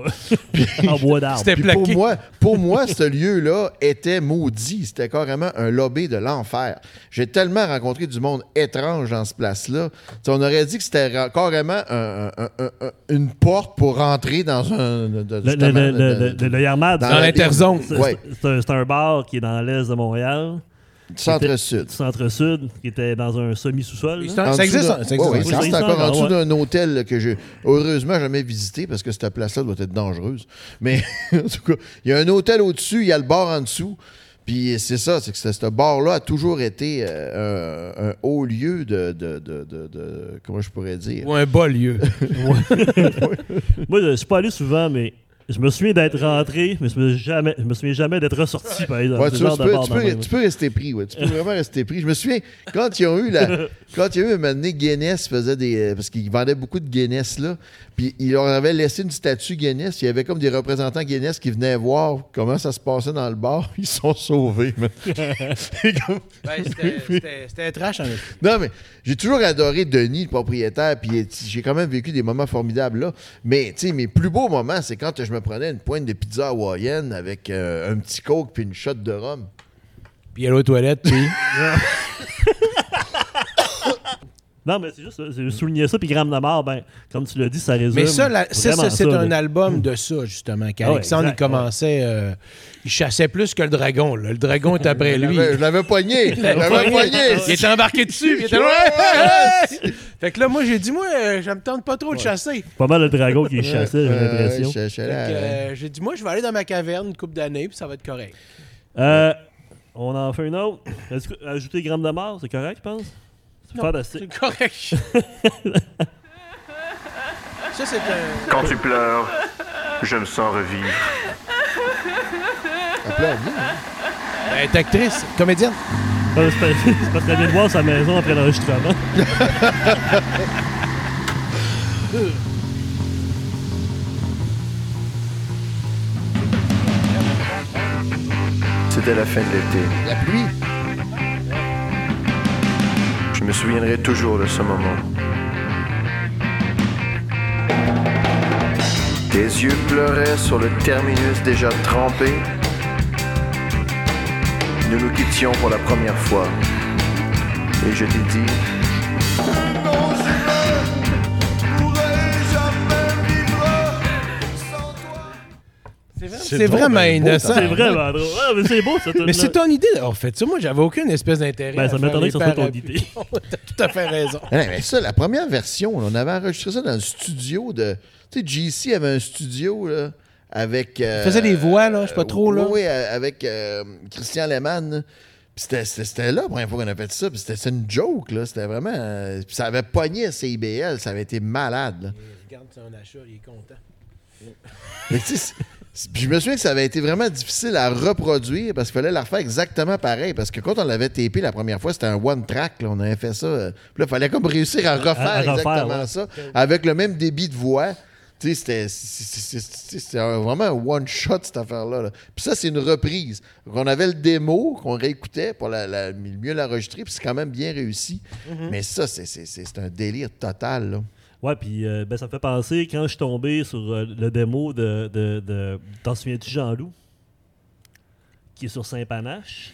(laughs) en bois d'arbre.
C'était
Puis pour
plaqué.
moi, pour moi, ce lieu-là était maudit. C'était carrément un lobby de l'enfer. J'ai tellement rencontré du monde étrange dans ce place-là. Tu sais, on aurait dit que c'était ra- carrément un- un- un- un- une porte pour rentrer dans un. de- de-
Le, le,
justement,
le, le,
de-
le, le- le Yarmad,
Dans
c'est-
Dans l'interzone.
c'est-
ouais.
c'est un- c'est un bar qui est dans l'est de Montréal,
du centre-sud.
du centre-sud, qui était dans un semi-sous-sol. là. Oh,
Ça
En dessous
existe, hein?
d'un-
ça existe.
Ouais,
Oui,
ouais, ça,
ça
c'est
existe
encore en
encore,
dessous
ouais.
d'un hôtel que j'ai heureusement jamais visité parce que cette place-là doit être dangereuse. Mais (laughs) en tout cas, il y a un hôtel au-dessus, il y a le bar en dessous. Puis c'est ça, c'est que ce ce bar-là a toujours été euh, un, un haut lieu de, de- de- de- de- Comment je pourrais dire?
Ou un bas lieu.
Moi, je je suis pas allé souvent, mais je me souviens d'être rentré, mais je me, jamais, je me souviens jamais d'être ressorti, par exemple.
Ouais,
ce
tu, vois,
genre
tu
de
peux,
bar
tu
dans
peux-
le même.
tu peux rester pris, ouais, tu peux vraiment rester pris. Je me souviens, quand ils ont
(laughs)
eu la, quand il y a eu un moment donné, Guinness faisait des, euh, parce qu'ils vendaient beaucoup de Guinness là, puis ils leur avaient laissé une statue Guinness. Il y avait comme des représentants Guinness qui venaient voir comment ça se passait dans le bar. (laughs) Ils sont sauvés.
(laughs)
man. C'est comme-
Ben, c'était- C'était c'était trash hein, en effet.
non, mais j'ai toujours adoré Denis, le propriétaire, puis euh, j'ai quand même vécu des moments formidables là. Mais, tu sais, mes plus beaux moments, c'est quand je me prenais une pointe de pizza hawaïenne avec euh, un petit coke puis une shot de rhum.
Puis il y a l'eau aux toilettes,
(laughs)
puis.
Non, mais c'est juste, euh, souligner ça, puis Gramme de mort, ben, comme tu l'as dit, ça résume.
Mais ça, la- c'est
vraiment
ça, c'est
ça,
un
là.
album de ça, justement.
Ah ouais,
Qu'Alexandre, il
exact, ouais.
commençait. euh, il chassait plus que le dragon. là. Le dragon est
(laughs)
après lui.
Ben, je l'avais poigné. Je l'avais
Il
poigné.
était embarqué dessus. Il était là. Ouais, ouais, ouais. fait que là, moi, j'ai dit, moi, euh, je me tente pas trop de chasser.
Pas mal le dragon qui est chassé, j'ai l'impression.
Ouais, Euh, je- je-
Fait que,
là, ouais.
euh, j'ai dit, moi, je vais aller dans ma caverne une couple d'années, puis ça va être correct.
Euh, on en fait une autre. Est-ce que ajouter Gramme de mort, c'est correct, je pense? C'est
C'est
fantastique.
correct. (laughs) ça, c'est un.
Quand tu pleures, je me sens revivre.
Elle pleure bien, hein.
Elle est Ben, actrice, comédienne.
Euh, C'est pas- c'est parce qu'elle vient de voir sa maison après l'enregistrement. (laughs)
C'était la fin de l'été.
La pluie.
Je me souviendrai toujours de ce moment. Tes yeux pleuraient sur le terminus déjà trempé. Nous nous quittions pour la première fois. Et je t'ai dit,
C'est vraiment innocent.
hein,
Ah,
C'est vraiment drôle. Ouais, mais c'est beau, ça.
Mais c'est ton idée d'avoir fait ça. Moi, j'avais aucune espèce d'intérêt.
Ben,
à
ça
faire
m'étonnerait que
les
ce soit ton
parapluies.
idée.
T'as tout à fait
(laughs)
raison.
Ah non, mais ça, la première version, là, on avait enregistré ça dans le studio de. Tu sais, JC avait un studio là, avec. euh,
Il faisait des voix, là, je sais pas
euh,
trop, là.
Oui, euh, avec euh, Christian Lehmann. là. Puis c'était- c'était c'était là la première fois qu'on a fait ça. Puis c'était c'était une joke, là. C'était vraiment. euh, puis ça avait pogné à CIBL. Ça avait été malade, là.
Regarde, c'est un achat, il est content.
Mais tu sais, c'est- c'est- puis je me souviens que ça avait été vraiment difficile à reproduire parce qu'il fallait la refaire exactement pareil. Parce que quand on l'avait tapé la première fois, c'était un one-track. là. On avait fait ça. euh, Puis là, il fallait comme réussir à refaire
à refaire,
exactement
ouais.
ça avec le même débit de voix. Tu sais, c'était- c'est- c'est- c'est- c'était un- vraiment un one-shot, cette affaire-là. là. Puis ça, c'est une reprise. On avait le démo qu'on réécoutait pour la, la- mieux l'enregistrer, puis c'est quand même bien réussi.
Mhm.
Mais ça, c'est- c'est c'est- c'est un délire total. là.
Ouais, puis euh, ben, ça me fait penser quand je suis tombé sur euh, le démo de. de, de- T'en souviens-tu, Jean-Loup Qui est sur Saint-Panache.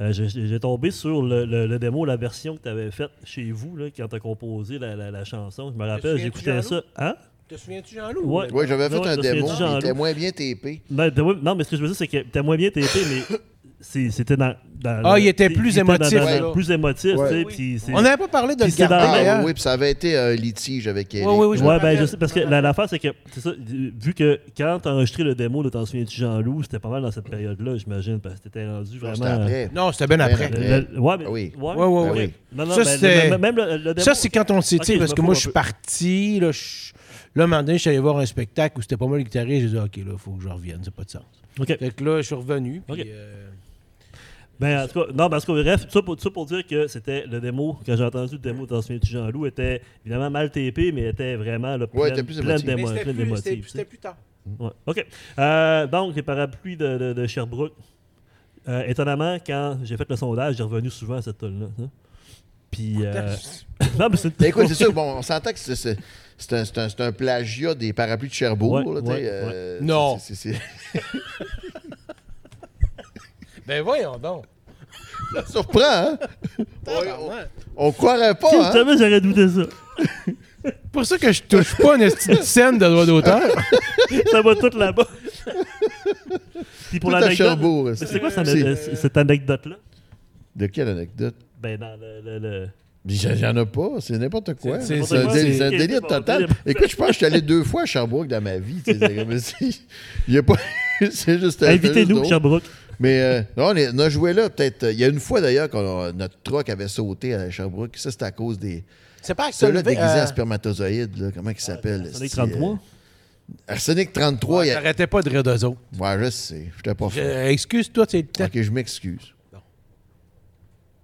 Euh, j'ai- J'ai j'ai tombé sur le, le- le démo, la version que tu avais faite chez vous, là, quand tu as composé la, la- la chanson. Je me rappelle,
souviens-tu,
j'écoutais ça.
Jean-Loup?
Hein
Te souviens-tu, Jean-Loup?
Ouais.
Oui, j'avais fait
Ouais,
un
parce qu'il y a
démo,
du
mais il
Jean-Loup.
était moins bien tapé.
Non, Ben, t'as- ouais, non, mais ce que je veux dire, c'est que t'as moins bien TP, mais c'est- c'était dans, dans
Ah,
le-
il était plus
dans-
émotif,
dans-
là.
dans- plus émotif,
Ouais.
tu sais.
Oui.
puis c'est-
On n'avait pas parlé de
Puis
le
c'est dans
garder,
la
Ah,
hein?
oui, puis ça avait été un litige avec Eric.
Oui, oui, oui, je me
Ouais, ben,
rappelle.
je sais, parce que la- l'affaire, c'est que, c'est ça, vu que quand t'as enregistré le démo de T'en souviens-tu, Jean-Loup, c'était pas mal dans cette période-là, j'imagine, parce que t'étais rendu
Non,
vraiment. euh,
c'était après.
Non, c'était bien après.
Ben,
Le- le- ouais, mais.
Ah oui.
Ouais,
Ouais, ouais,
ok.
ouais.
Non, non,
Ça,
ben,
c'est-
le- même le, le démo.
Ça, c'est quand on s'est
Ok,
tiré,
je
parce
me
que moi,
fous un
je suis
peu.
parti. Là, je- là, un moment donné, je suis allé voir un spectacle où c'était pas moi le guitariste. J'ai dit, OK, là, faut que je revienne, ça n'a pas de sens.
Ok.
Fait que là, je suis revenu. puis,
Ok.
euh,
Ben, en tout cas, non, parce que bref, tout ça pour, tout ça pour dire que c'était le démo, quand j'ai entendu le démo de T'en souviens-tu, Jean-Loup, était évidemment mal TP, mais était vraiment là, plein,
Ouais, était plus
plein
émotif.
d'émo- plein d'émotifs, tu sais.
tard.
Ouais. OK. Euh, donc, les parapluies de, de- de Sherbrooke. Euh, étonnamment, quand j'ai fait le sondage, j'ai revenu souvent à cette tonne-là. hein. Puis. (laughs) euh, non, mais c'est
Ben, écoute,
(laughs)
c'est sûr, bon, on s'entend que c'est- c'est c'est un, c'est un- c'est un plagiat des parapluies de Cherbourg.
Ouais,
là, tu
ouais,
sais, euh,
ouais. Non.
c'est- c'est- (laughs)
Ben voyons donc.
c'est- Ça surprend, hein? on, on, on croirait
Si
pas, hein?
jamais j'aurais douté ça.
pour ça que je touche pas une petite scène de droit d'auteur.
Ça va tout
(laughs)
là-bas. Puis pour
Tout à
l'anecdote.
Cherbourg,
Mais
c'est-
C'est quoi cette,
C'est-
euh, cette anecdote-là?
De quelle anecdote?
Ben, dans le. le- le-
Mais j'en- J'en ai pas, c'est n'importe quoi.
C'est-
C'est
c'est-
un,
c'est-
dé- c'est un
c'est-
délire
c'est-
total.
c'est-
Écoute, je pense que je suis allé deux fois à Sherbrooke dans ma vie. tu sais, c'est comme si- Il y a pas... (laughs) C'est juste c'est juste
Invitez-nous,
drôle.
Sherbrooke.
Mais euh, non, on, est- on a joué là peut-être. euh, Il y a une fois d'ailleurs que notre truck avait sauté à Sherbrooke. Ça, c'est à cause des.
C'est pas Axel
Celui-là
Levin.
déguisé
euh,
en spermatozoïde, là, comment il s'appelle?
On est
c'est,
33.
euh, Arsenic 33, il y a-
T'arrêtais pas de rire d'eux autres.
Ouais, je sais. J'étais pas fort.
Je- Excuse-toi, c'est le temps.
Ok, je m'excuse.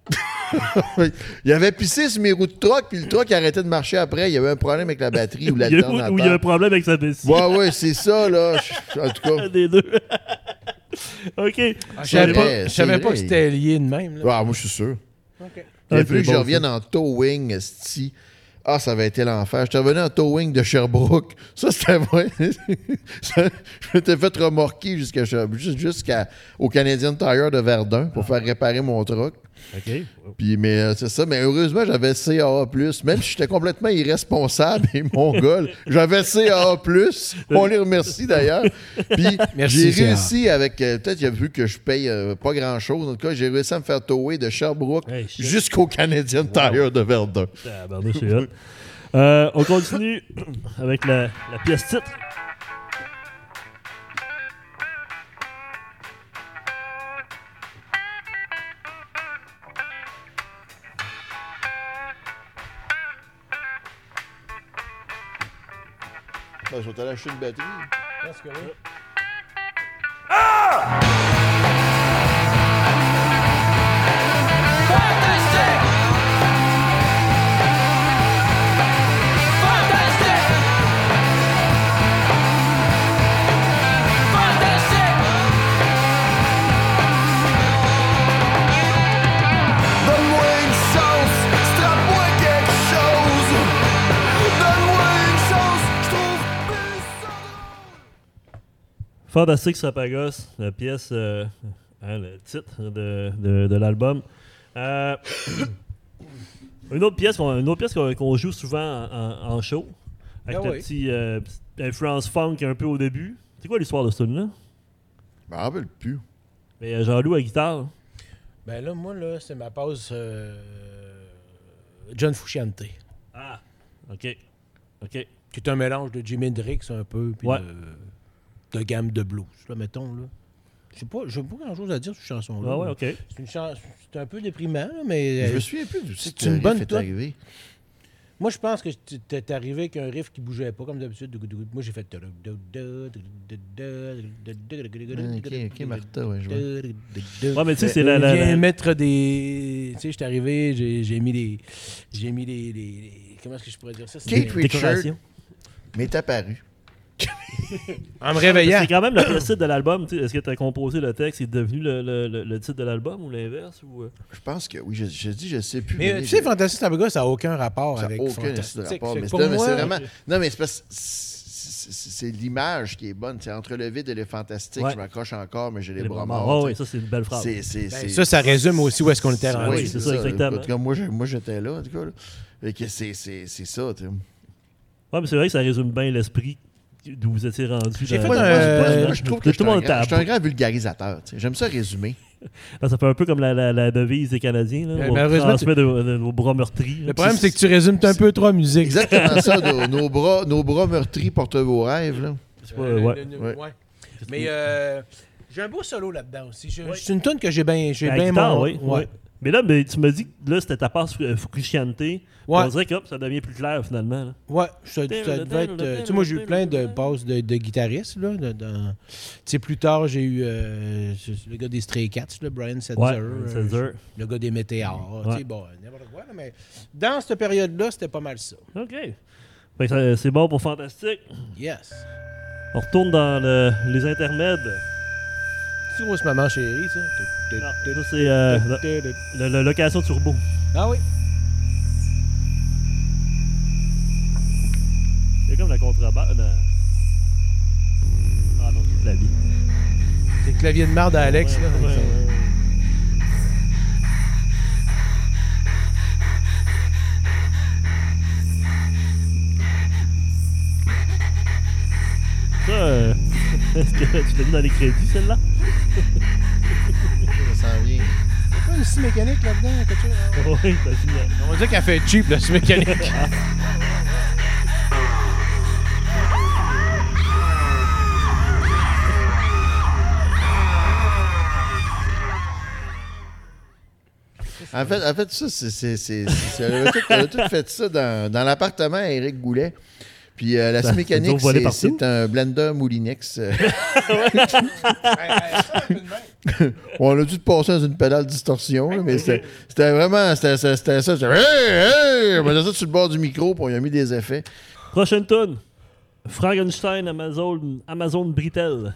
(laughs) il avait pissé sur mes roues de truck, puis le truck il arrêtait de marcher après. Il y avait un problème avec la batterie
(laughs)
ou
Il y a- Où
l'alternateur.
où il y a un problème avec sa vessie.
Ouais, ouais, c'est ça, là. Je- En tout cas.
Un des deux. (laughs) OK.
Je savais
c'est vrai,
pas, je savais
c'est
pas
vrai.
que c'était lié de même. là.
Ah, moi, je suis sûr. Il a
Ah,
fallu
c'est
que je
bon,
revienne en towing, esti. Ah, ça avait été l'enfer. J'étais revenu en towing de Sherbrooke. Ça, c'était vrai. (laughs) Ça, je m'étais fait remorquer jusqu'à Sher- jus- jusqu'à- au Canadian Tire de Verdun pour faire réparer mon truck.
OK.
Puis, mais euh, c'est ça. Mais heureusement, j'avais CAA+. Même si j'étais complètement irresponsable et
(laughs)
mongol, j'avais CAA+. On les remercie, d'ailleurs. Puis, j'ai
Merci, CAA.
réussi avec... euh, Peut-être qu'il a vu que je paye euh, pas grand-chose. En tout cas, j'ai réussi à me faire tower de Sherbrooke
Hey, shit.
jusqu'au Canadian Tire de Verdun.
Tabarnouche, c'est hot. Euh, on continue avec la, la pièce titre.
Ils sont allés acheter une batterie.
Fantastic! Fantastic! Fantastic!
Donne-moi une chance, strappe-moi quelque chose. Donne-moi une chance, je trouve plus ça drôle.
Fantastique Sapagos, la pièce, euh, hein, le titre de, de- de l'album. Euh, une autre pièce qu'on une autre pièce qu'on- qu'on joue souvent en, en- en show, avec
Ah
la
oui.
petite influence funk un peu au début. C'est quoi l'histoire de ce film-là?
Je m'en rappelle plus.
Mais euh, Jean-Loup à guitare.
Ben là, moi, là, c'est ma pause euh, John Fusciante,
Ah, ok. Ok.
qui est un mélange de Jimi Hendrix un peu, puis
Ouais.
de, de gamme de blues, là, mettons. Là. Je sais pas, j'ai pas grand-chose à dire sur cette chanson-là.
Ah ouais,
là.
ok.
C'est une chan- c'est un peu déprimant, là, mais
Je
euh,
me souviens plus du
c'est
titre
une
qui
bonne
est
toune.
arrivé.
moi, je pense que tu t'es arrivé avec un riff qui bougeait pas, comme d'habitude. Moi, j'ai fait...
Ok, ok, Martha, ouais, je vois.
Ouais, mais tu sais, c'est
Euh,
la. la,
je
la-
viens mettre des. Tu sais, je suis arrivé, j'ai j'ai mis des. J'ai mis des. des- des- Comment est-ce que je pourrais dire ça? C'est
Kate
des-
Richards.
décoration.
Mais apparu.
En me réveillant.
C'est quand même le le titre de l'album. tu sais. Est-ce que tu as composé le texte et est devenu le, le- le- le titre de l'album ou l'inverse ou, euh?
Je pense que oui, je, je dis, je sais plus.
Mais euh,
René,
tu sais,
je-
Fantastic Tabaga, ça n'a aucun rapport
ça n'a
avec.
aucun
Fantastic.
de rapport.
Fait que
Mais c'est
pour
non, mais
moi,
c'est vraiment. Non, mais c'est parce que c'est- c'est c'est l'image qui est bonne. C'est entre le vide et le fantastique.
Ouais.
Je m'accroche encore, mais j'ai les,
Les
bras
bras
morts.
morts.
tu
Ouais,
sais.
ça, c'est une belle phrase.
C'est- c'est-
ben,
c'est-
ça, ça résume aussi où est-ce qu'on était
Ah
rendu.
oui, c'est ça, exactement.
En tout cas, moi, je- moi, j'étais là. En tout cas, là. Fait que c'est- c'est c'est ça. tu sais.
Ouais, mais c'est vrai que ça résume bien l'esprit d'où vous étiez rendu.
J'ai
dans-
fait
dans-
un-
dans-
euh,
dans-
Moi, je trouve que je
tout
suis
le
un,
monde
grand- je suis un
tape.
grand vulgarisateur. tu sais. J'aime ça résumer.
Ça fait un peu comme la, la, la devise des Canadiens. Là,
Mais
on
malheureusement,
transmet de, de- vos bras meurtris.
Le problème, c'est que tu résumes un peu trop la musique.
(laughs) Exactement ça. Nos, nos bras, nos bras meurtris portent vos rêves. là.
C'est pas-
Euh,
ouais.
le-
Ouais.
ouais. Mais euh, j'ai un beau solo là-dedans aussi. Je-
Ouais.
C'est une tune que j'ai bien. J'ai
La
bien
guitare,
mon-
oui. oui. Mais là, mais tu me dis que là, c'était ta passe euh, Fukushiante. On dirait que hop, ça devient plus clair finalement. là.
Ouais, ça, ça devait être. euh, tu sais, moi, j'ai eu plein de passes de, de guitaristes. Là, de- dans- Tu sais, plus tard, j'ai eu euh, c'est- le gars des Stray Cats, là, Brian Setzer.
Ouais,
euh,
c'est dur.
le gars des Météores. Tu
Ouais.
sais, bon, n'importe quoi. là, mais dans cette période-là, c'était pas mal ça.
OK. Fait que ça- c'est bon pour Fantastique.
Yes.
On retourne dans le- les intermèdes.
C'est grosse maman chérie, ça.
Non, ça, c'est euh, la- la- la location turbo.
Ah oui.
C'est comme la contrebasse. la- Ah non, c'est la vie.
C'est le clavier de marde à Alex. là.
Ouais, ouais, ouais. Ça, euh, (laughs) est-ce que tu l'as mis dans les crédits, celle-là?
Ça s'en vient.
C'est pas une scie mécanique là-dedans, quelque chose. hein?
Oh, Oui, t'as fini.
On va dire qu'elle fait cheap, la scie mécanique.
En fait, en fait, ça, c'est. c'est- c'est- c'est- On a tout, on a tout fait ça dans, dans l'appartement à Eric Goulet. Puis euh, la
Ça- ça doit
semi-mécanique,
voler
c'est-
partout.
c'est un blender
(laughs)
Moulinex. euh,
Hey, hey, ça, un peu de même.
(laughs) On a dû te passer dans une pédale de distorsion, là,
(laughs)
mais c'était c'était vraiment. C'était c'était- c'était ça. C'était, hey, hey! On mettait ça sur le bord du micro, puis on y a mis des effets.
Prochaine tune. Frankenstein Amazon, Amazon Britel.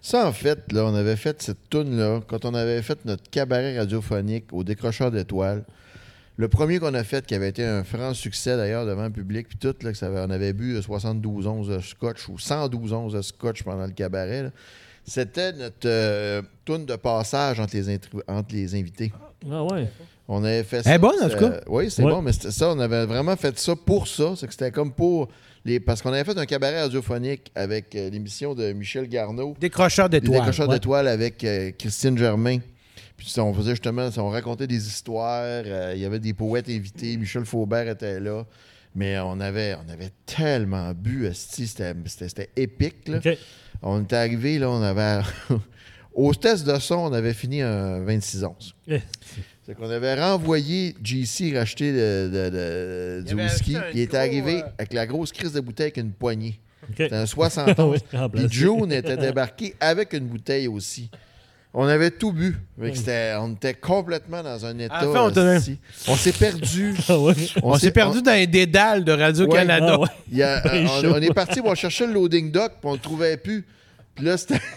Ça, en fait, là, on avait fait cette toune-là quand on avait fait notre cabaret radiophonique au décrocheur d'étoiles. Le premier qu'on a fait, qui avait été un franc succès d'ailleurs devant le public, puis tout, là, que ça avait- on avait bu euh, 72 onces de scotch ou 112 onces de scotch pendant le cabaret, là, c'était notre euh, toune de passage entre les, intri- entre les invités.
Ah ouais.
On avait fait ça.
Elle est bonne, en tout
c'était- euh,
cas.
Oui, c'est
Ouais.
bon, mais c'était ça, on avait vraiment fait ça pour ça. C'est que c'était comme pour. les Parce qu'on avait fait un cabaret radiophonique avec euh, l'émission de Michel Garneau,
Décrocheur
Les
d'étoiles.
décocheurs
ouais.
d'étoiles avec euh, Christine Germain. Puis ça, on faisait justement, ça, on racontait des histoires. euh, Il y avait des poètes invités. Michel Faubert était là. Mais on avait, on avait tellement bu, esti, c'était c'était- c'était épique. là.
OK.
On était arrivé, là, on avait. (laughs) Au test de son, on avait fini un 26 onces.
Eh,
C'est qu'on avait renvoyé JC racheter le- le- le-
Il
du
avait
whisky.
acheté un
Il était
gros,
arrivé
euh,
avec la grosse crise de bouteille avec une poignée.
OK.
C'était un 60
Ah (laughs)
ans.
oui, en
Puis
plastique.
June était débarqué avec une bouteille aussi. On avait tout bu. Fait que c'était- on était complètement dans un état.
À la fin, on tenait-
hostie. on
(laughs)
s'est perdu.
Ah (laughs) ouais.
(laughs)
On s'est perdu dans les dédales de Radio-Canada.
Ah ouais.
(laughs)
Il y a-
Ben,
euh,
chaud.
on, on est parti, on cherchait le loading dock, puis on le trouvait plus. Puis là, c'était. (laughs)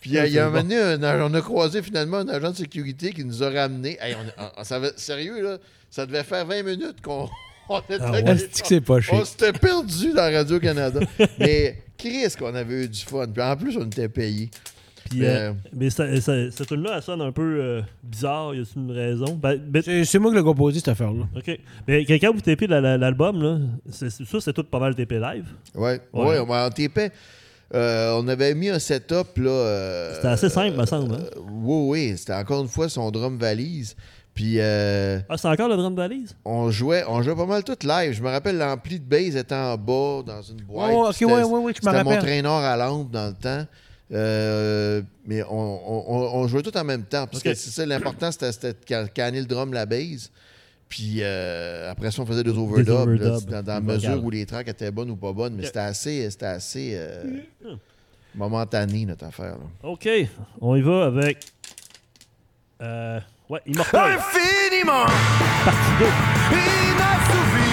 Puis il y a, il y a un moment donné, un ag- on a croisé finalement un agent de sécurité qui nous a ramenés. Hey, on- on- on savait- sérieux, là, ça devait faire 20 minutes qu'on (laughs) on était.
ouais.
(laughs) Ah, c'est-tu que c'est pas chic?
on s'était perdu
(laughs)
dans Radio-Canada. Mais Chris, qu'on avait eu du fun. Puis en plus, on était payés.
Puis,
Mais-
euh, mais ça- ça- cette tune-là, elle sonne un peu euh, bizarre. Y a une raison? Ben, ben,
C'est c'est moi qui l'ai composé, cette affaire-là.
ok. Mais quelqu'un vous tapez la- la- l'album, là, c'est, c'est- ça, c'est tout pas mal TP live.
Ouais,
Ouais.
ouais. on m'a- on tapait. Euh, on avait mis un setup là. euh,
C'était assez simple, me semble, hein?
euh, oui, oui, c'était encore une fois son drum valise. Puis euh,
Ah, c'est encore le drum valise?
on jouait, on jouait pas mal tout live. Je me rappelle l'ampli de base était en bas dans une boîte.
Ouais, ouais, ok,
C'était-
ouais, ouais, ouais, je me
C'était mon
rappelle.
traîneur à lampe dans le temps. Euh, mais on, on- on- on jouait tout en même temps. Parce
Ok.
que c'est ça, l'important, c'était- c'était de can- canner le drum, la base. Puis euh, après ça, on faisait des overdubs, là,
overdubs.
dans, dans la
Vocal.
mesure où les tracks étaient bonnes ou pas bonnes. Mais
Ok.
c'était assez, c'était assez euh, momentané, notre affaire. là.
Ok, on y va avec. Euh, ouais, Immortal.
Ah,
Infiniment
partie deux.
inassouvi.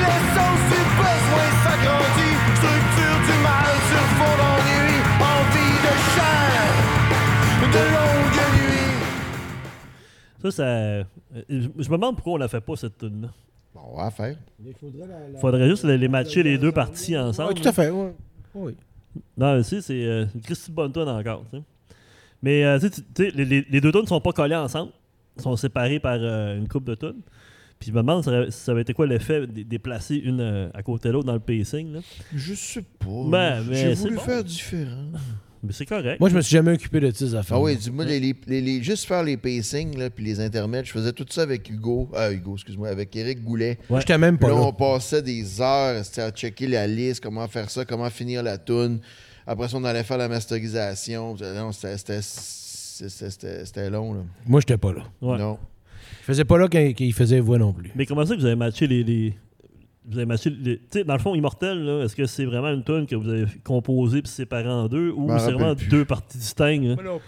Laissons ses besoins s'agrandir. Structure du mal sur fond d'ennui. Envie de chair, de longue nuit.
Ça, ça. euh, Je je me demande pourquoi on la fait pas, cette tune-là.
Bon, on va la faire.
Faudrait juste les, les matcher les deux parties ensemble.
Oui, Ah, tout à fait, ouais. oui.
Non, mais si, c'est euh, une Christy bonne tonne encore. tu sais. Mais euh, tu sais, tu- tu sais, les, les- les deux tonnes ne sont pas collées ensemble. Ils sont séparés par euh, une coupe de tonnes. Puis je me demande si ça aurait- si ça avait été quoi l'effet de déplacer une euh, à côté de l'autre dans le pacing. là.
Je sais pas.
Ben,
J'ai
mais c'est
voulu
bon.
faire différent.
Mais c'est correct.
Moi, je me suis jamais occupé de ces affaires.
Ah oui, dis-moi, les, les- les- les- juste faire les pacings, là, puis les intermèdes, je faisais tout ça avec Hugo, ah Hugo, excuse-moi, avec Eric Goulet.
Moi, J'étais même
Puis
pas
là,
là.
on passait des heures c'était à checker la liste, comment faire ça, comment finir la toune. Après ça, on allait faire la masterisation. Non, c'était- c'était- c'était c'était- c'était long, là.
Moi, j'étais pas là.
Ouais.
Non.
Je faisais pas là quand qu'il faisait voix non plus.
Mais comment ça que vous avez matché les. les- Vous avez matché. les- Tu sais, dans le fond, Immortel, là, est-ce que c'est vraiment une tonne que vous avez composée puis séparée en deux ou
m'en
c'est vraiment
rappelle plus.
deux parties distinctes là?
non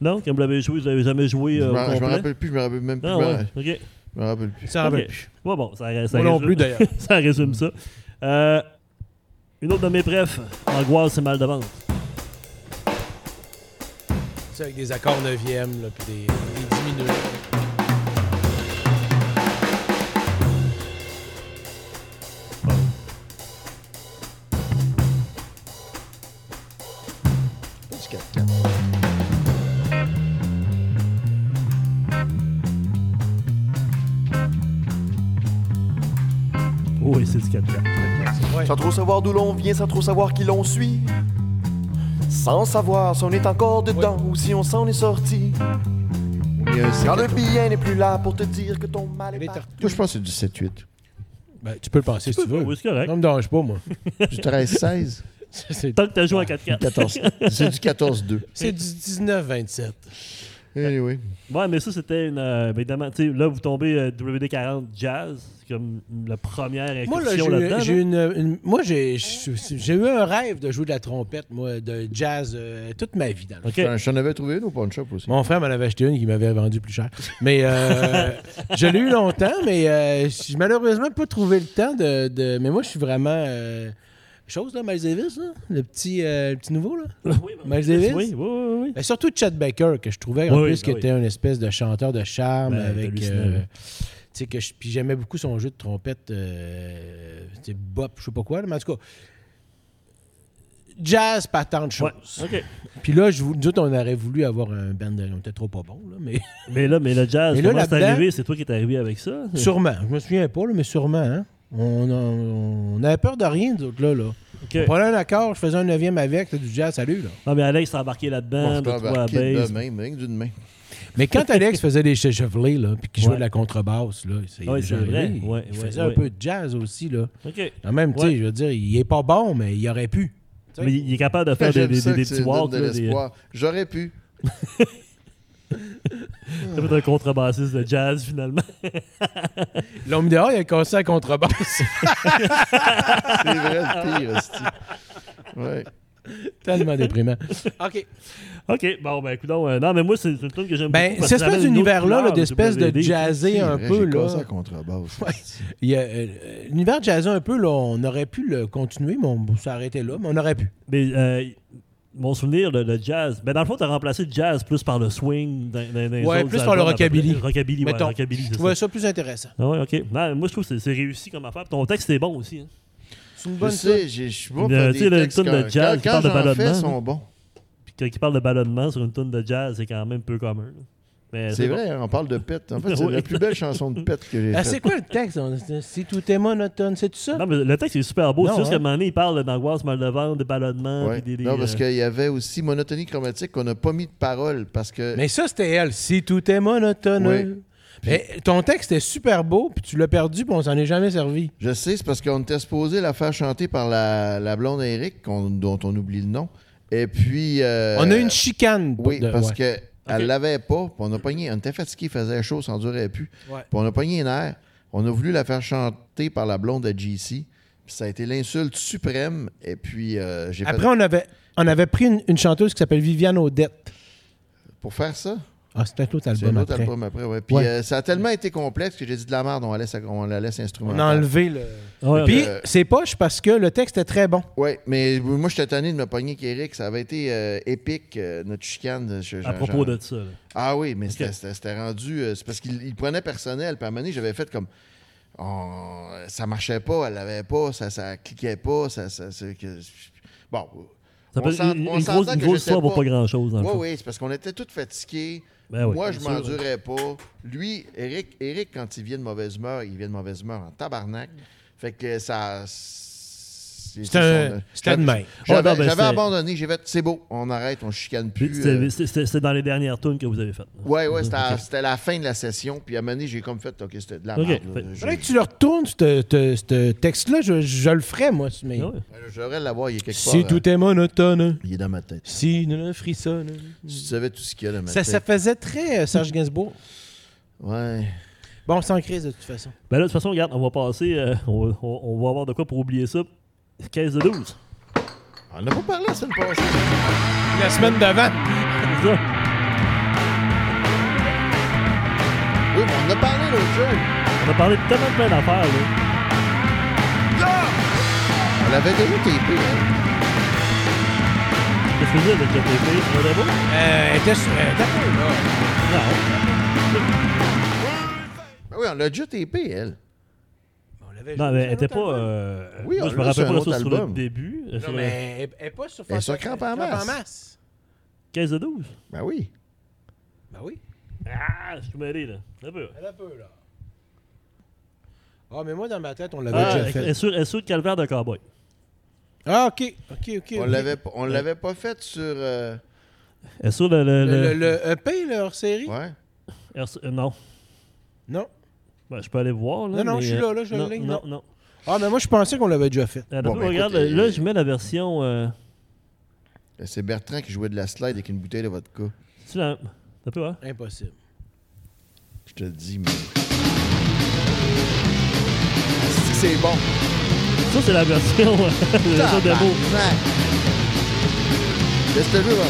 Non, quand vous l'avez joué, vous l'avez jamais joué
Je
euh, au
m'en- je me
complet?
rappelle plus, je me rappelle même plus.
Ah
je me-
ouais, ok.
Je me rappelle plus.
Ça rappelle
Ok.
plus.
Ouais, bon, ça, ça
Moi non
résume-
plus, d'ailleurs.
(laughs) ça résume ça. Euh, une autre de mes prefs, angoisse et mal de vente.
C'est avec des accords 9e, là, puis des, des 10 minutes.
Du 4-4.
Oh, oui, c'est du 4
Sans trop savoir d'où l'on vient, sans trop savoir qui l'on suit. Sans savoir si on est encore dedans ou si on s'en est sorti.
Il y a un
Quand le
7-4.
billet n'est plus là pour te dire que ton mal
Elle
est
est
parti.
tartue.
euh, Moi, je pense que c'est du 7-8.
Ben, tu peux le passer si tu veux.
Oui, c'est correct.
Non, me dérange
(laughs)
pas, moi.
Du 13-16.
C'est
Tant que t'as joué à 4-4.
14. C'est du 14-2.
c'est du 19-27.
Anyway.
Ouais, mais ça, c'était une. euh, ben, évidemment, tu sais, là, vous tombez euh, WD-40 Jazz, c'est comme la première
Moi, là,
incursion là-dedans.
j'ai- j'ai
là.
une, une- moi, j'ai j'ai eu un rêve de jouer de la trompette, moi, de jazz, euh, toute ma vie, dans le fond.
Ok.
J'en j'en avais trouvé une au pawn shop aussi.
Mon frère m'en avait acheté une qui m'avait vendu plus cher. Mais
(laughs)
euh, je l'ai eu longtemps, mais euh, j'ai malheureusement pas trouvé le temps de. de- mais moi, je suis vraiment. euh, chose, là, Miles Davis, là, le, petit, euh, le petit nouveau. Là.
Oui, ben,
Miles Davis?
Oui, oui, oui. oui.
Mais surtout Chad Baker, que je trouvais en
Oui,
plus
ben
qu'il était un espèce de chanteur de charme
Ben,
avec.
hallucinant,
euh,
oui.
tu sais, que je- puis j'aimais beaucoup son jeu de trompette, euh, tu sais, bop, je sais pas quoi, là, mais en tout cas, jazz, pas tant de choses.
Ouais, ok.
Puis là, je, vous- nous autres, on aurait voulu avoir un band, de- on était trop pas bon, là,
(laughs)
mais (laughs)
Mais là, mais le jazz,
Mais là,
comment c'est
là-dedans-
arrivé? C'est toi qui es arrivé avec ça?
Sûrement. Je me souviens pas, là, mais sûrement. hein. On, on, on avait peur de rien, nous autres, là. là.
Ok.
On prenait un accord, je faisais un neuvième avec, t'as du jazz, salut, là.
Non, mais Alex s'est embarqué
Moi,
là-dedans,
je
de
peux
toi à
embarquer
base.
de main, mais rien que d'une main.
(laughs)
Mais quand Alex faisait des chevelés, là, puis qu'il jouait
Ouais.
de la contrebasse, là, c'est
Ouais,
déjà
c'est vrai.
arrivé.
Ouais,
Il
ouais,
faisait
ouais.
un peu de jazz aussi, là.
Ok.
Quand même, tu sais,
Ouais.
je veux dire, il est pas bon, mais il aurait pu. Tu sais,
Mais il il est capable de faire des,
J'aime
des,
ça
des, des
que tu
petits
donnes
walks,
de
là, des,
l'espoir. J'aurais pu.
Ça peut être (laughs) un contrebassiste de jazz finalement.
L'homme dehors, il a cassé
(laughs)
la contrebasse.
C'est vrai le pire, hostie. Ouais.
Tellement déprimant. OK.
Ok, bon, ben, écoute, non, mais moi, c'est une tune que j'aime
Ben,
beaucoup.
cette espèce d'univers-là, là, d'espèce de
jazz.
jazzé un peu,
J'ai
là.
cassé la contrebasse.
Il y a, euh, l'univers jazzé un peu, là, on aurait pu le continuer, mais on s'arrêtait là, mais on aurait pu.
Mais euh, mon souvenir, le, le jazz. Ben, dans le fond, t'as remplacé le jazz plus par le swing. Dans, dans- dans les
Ouais,
autres
plus par le
albums, à peu près.
rockabilly.
Rockabilly, ouais,
Mettons.
rockabilly,
Je
c'est
trouvais
ça.
ça plus intéressant.
Ah ouais, ok. Non, moi, je trouve que c'est- c'est réussi comme affaire. Puis Ton texte est bon aussi. hein.
C'est une
Je
bonne chose.
sais, j'ai- je suis bon.
Mais,
faire
euh,
des
tu sais, le
textes
tune de
quand-
jazz qui
quand-
parle de
Quand j'en fais,
ballonnement,
sont bons.
Puis quand il parle de ballonnement sur une tune de jazz, c'est quand même peu commun. là. Mais
C'est
bon.
vrai, hein, on parle de
(laughs)
pète. En fait, c'est
Oui.
la plus belle chanson de pète que j'ai
Ah,
faite.
c'est quoi le texte? On- Si tout est monotone, c'est tout ça?
hein.
Non, mais le texte est super beau.
Non,
C'est juste
hein.
qu'à un moment donné, il parle d'angoisse, mal de ventre, de ballonnement. puis
Ouais.
des, des,
non, parce
euh,
qu'il y avait aussi monotonie chromatique qu'on n'a pas mis de parole parce que.
Mais ça, c'était elle. Si tout est monotone.
Oui.
Mais ton texte est super beau, puis tu l'as perdu, puis on s'en est jamais servi.
Je sais, c'est parce qu'on était supposé la faire chanter par la, la blonde à Eric, qu'on- dont on oublie le nom. Et puis. euh,
on a eu une chicane.
Oui,
de-
parce
ouais.
que elle l'avait pas. puis on a pogné. On était fatigué, il faisait chaud, ça durait plus.
Ouais.
Puis on a pogné une air. On a voulu la faire chanter par la blonde à GC. Puis ça a été l'insulte suprême. Et puis, euh, j'ai fait-
Après, on avait, on avait pris une, une chanteuse qui s'appelle Viviane Odette.
Pour faire ça,
Ah, c'est peut-être l'autre
c'est un
album
autre
après.
album après. ouais. Puis
Ouais.
euh, ça a tellement été complexe que j'ai dit de la merde, on la laisse, on la laisse
On
instrumentale.
a enlevé le...
Ah ouais,
Puis,
Euh,
c'est poche parce que le texte est très bon.
Oui, mais moi, j'étais tanné de me pogner qu'Eric. Ça avait été euh, épique, euh, notre chicane. Je-
à
j'en-
propos
j'en-
de ça. là.
Ah oui, mais c'était- c'était c'était rendu. euh, c'est parce qu'il il prenait personnel. Puis à un moment donné, j'avais fait comme. on- ça marchait pas, elle l'avait pas, ça, ça cliquait pas. Ça, ça- c'est que- bon.
Ça peut-
s'en-
une,
on
une
s'entend
grosse, une
que
grosse
je sais
histoire vaut
pas.
pas grand-chose, dans le
Oui,
fond.
oui, c'est parce qu'on était tous fatigués.
Ben oui,
Moi, je
c'est sûr,
m'endurais pas. Lui, Eric, Eric, quand il vient de mauvaise humeur, il vient de mauvaise humeur en tabarnak. Fait que ça. C'est
C'est un... C'était de même.
Oh,
J'avais
non, ben,
j'avais
c'est-
abandonné, j'ai fait, c'est beau, on arrête, on chicane
Puis,
plus.
c'est-
euh,
c'est- c'est c'est dans les dernières tunes que vous avez faites. là.
Ouais, ouais, c'était à-
Ok.
c'était la fin de la session. Puis à un moment donné, j'ai comme fait, OK, c'était de la
Ok,
merde.
fait-
là. Je-
Faudrait que tu le retournes, ce- ce ce texte-là. Je, je le ferais, moi. Mais... euh?
Ah ouais.
Je devrais l'avoir, il est quelque
Si
part. hein.
tout est monotone,
Il est dans ma tête.
si ne frissonne...
Si tu savais tout ce qu'il y a dans ma
Ça,
tête.
ça faisait très euh, Serge Gainsbourg.
Ouais.
Bon, sans crise de toute façon.
Ben là, de toute façon, regarde, on va passer. euh, on, va- on- on va avoir de quoi pour oublier ça. 15 de 12.
On n'a pas parlé la semaine passée.
La semaine d'avant.
C'est ça.
Oui, mais on en a parlé l'autre jour.
On a parlé de tellement de plein d'affaires. là.
On l'avait déjà tapé. hein.
Qu'est-ce que c'est avec le TP? On est beau?
Euh, était sur- euh, d'accord, là.
Non.
Ben oui, on l'a déjà tapé, elle.
On l'avait
Non, mais
joué
elle était
sur un
pas.
autre album.
euh,
Oui,
moi, je me
on l'a
rappelle
sur
pas
un
de
autre
ça sur le
album.
début. euh, sur
Non,
le
mais elle- elle est pas sur
Elle est sur
Fantastique-
Crampe en masse.
masse.
15 de 12.
Ben oui.
Ben oui.
Ah, je suis mêlé, là. Un peu.
Elle a peu, là. Ah, mais moi, dans ma tête, on l'avait
Ah,
déjà fait.
elle sur, elle sur le calvaire de cowboy.
Ah, OK. OK, OK.
On
ok.
l'avait pas- on l'avait pas fait sur. euh,
Elle sur le. le,
Le,
le-
le, le EP, là, hors série?
Ouais.
elle sur- euh, non.
Non.
Ben, je peux aller voir. Là,
Non, non,
mais,
je suis
euh,
là, là, je
non,
l'ai,
Non,
non.
non.
Ah, mais moi, je pensais qu'on l'avait déjà fait.
Attends,
Bon, ben,
regarde,
écoute,
là,
euh,
je mets la version. euh,
Ben, C'est Bertrand qui jouait de la slide avec une bouteille de vodka.
tu la. Un peu, hein?
Impossible.
Je te le dis, mais. Est-ce que C'est bon.
Ça, c'est la version. (laughs) euh, de la démo.
Tabarnak. Laisse le jeu, là.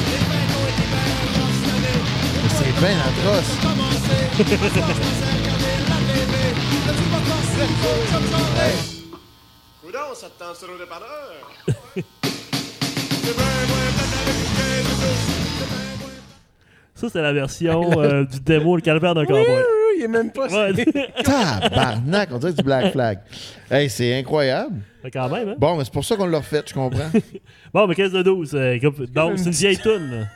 C'est bien atroce.
Coudon, ça te tente sur le dépanneur? C'est bien moins plate avec une caisse de douce. C'est bien moins
Ça, c'est la version euh, du démo, le calvaire d'un cowboy.
il est même pas...
Ouais, (laughs)
Tabarnak, on dirait du Black Flag. Hey, c'est incroyable.
Mais quand même, hein?
Bon, mais c'est pour ça qu'on l'a refait, je comprends.
Bon, mais 15 de 12. euh, comme- donc, c'est une vieille toune. là.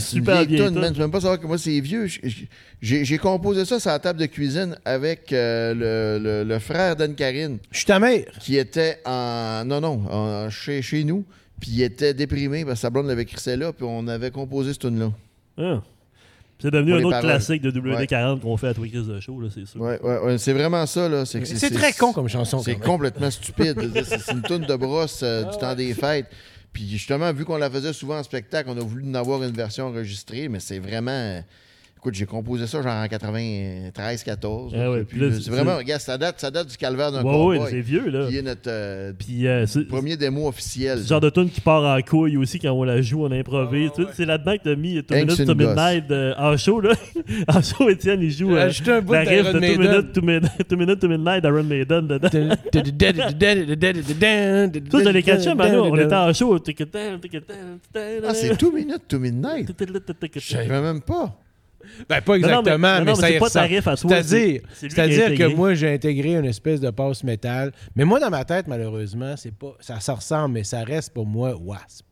C'est
c'est une
super
vieille
vieille
toune,
toune.
man. Tu peux même pas savoir que moi, c'est vieux. J- j- J'ai j'ai composé ça sur la table de cuisine avec euh, le, le- le frère d'Anne-Karine,
Je suis ta mère.
qui était en... Non, non, en- chez, chez nous. Puis il était déprimé parce que sa blonde l'avait crissé là, puis on avait composé cette tune-là.
Hein. C'est devenu
Pour
un
les
autre
paroles.
classique de
Ouais.
WD-40 qu'on fait à Twix de Show, là, c'est sûr.
Ouais, ouais, ouais, c'est vraiment ça, là. C'est que
C'est très con comme chanson.
C'est
quand
hein.
même.
complètement stupide. Je veux dire, c'est c'est une toune de brosse euh,
Ah
du temps des fêtes. Puis justement, vu qu'on la faisait souvent en spectacle, on a voulu en avoir une version enregistrée, mais c'est vraiment euh, Écoute, j'ai composé ça genre en 93-14.
Ah ouais, puis là, c'est-
euh, c'est vraiment, regarde, ça date, ça date du calvaire d'un
Ouais, ouais,
cowboy,
c'est vieux, là.
qui est notre euh,
Puis euh, c'est c'est
premier démo officiel.
le genre de tune qui part en couille aussi quand on la joue, on improvise.
Ah,
Tu sais, C'est là-dedans que t'as mis Two
Hank,
Minutes
c'est
to
une gosse.
Midnight euh, en show, là. (laughs) en show, Étienne, il joue euh,
Ajoutez un bout
la riff de
d'Iron
Two
Maiden.
Minutes to Mid- (laughs) Two Minutes to Midnight d'Iron Maiden dedans. Toi, je l'ai catché, mais on était en show.
Ah, c'est Two Minutes to Midnight. Je savais même pas.
Ben, pas
mais-
exactement,
non,
mais,
non, mais
ça
c'est
y
pas ta
ressemble.
riff à toi,
C'est-à-dire,
c'est- c'est lui qui a
c'est-à-dire que
intégré.
moi, j'ai intégré une espèce de passe métal. Mais moi, dans ma tête, malheureusement, c'est pas ça se ressemble, mais ça reste pour moi Wasp.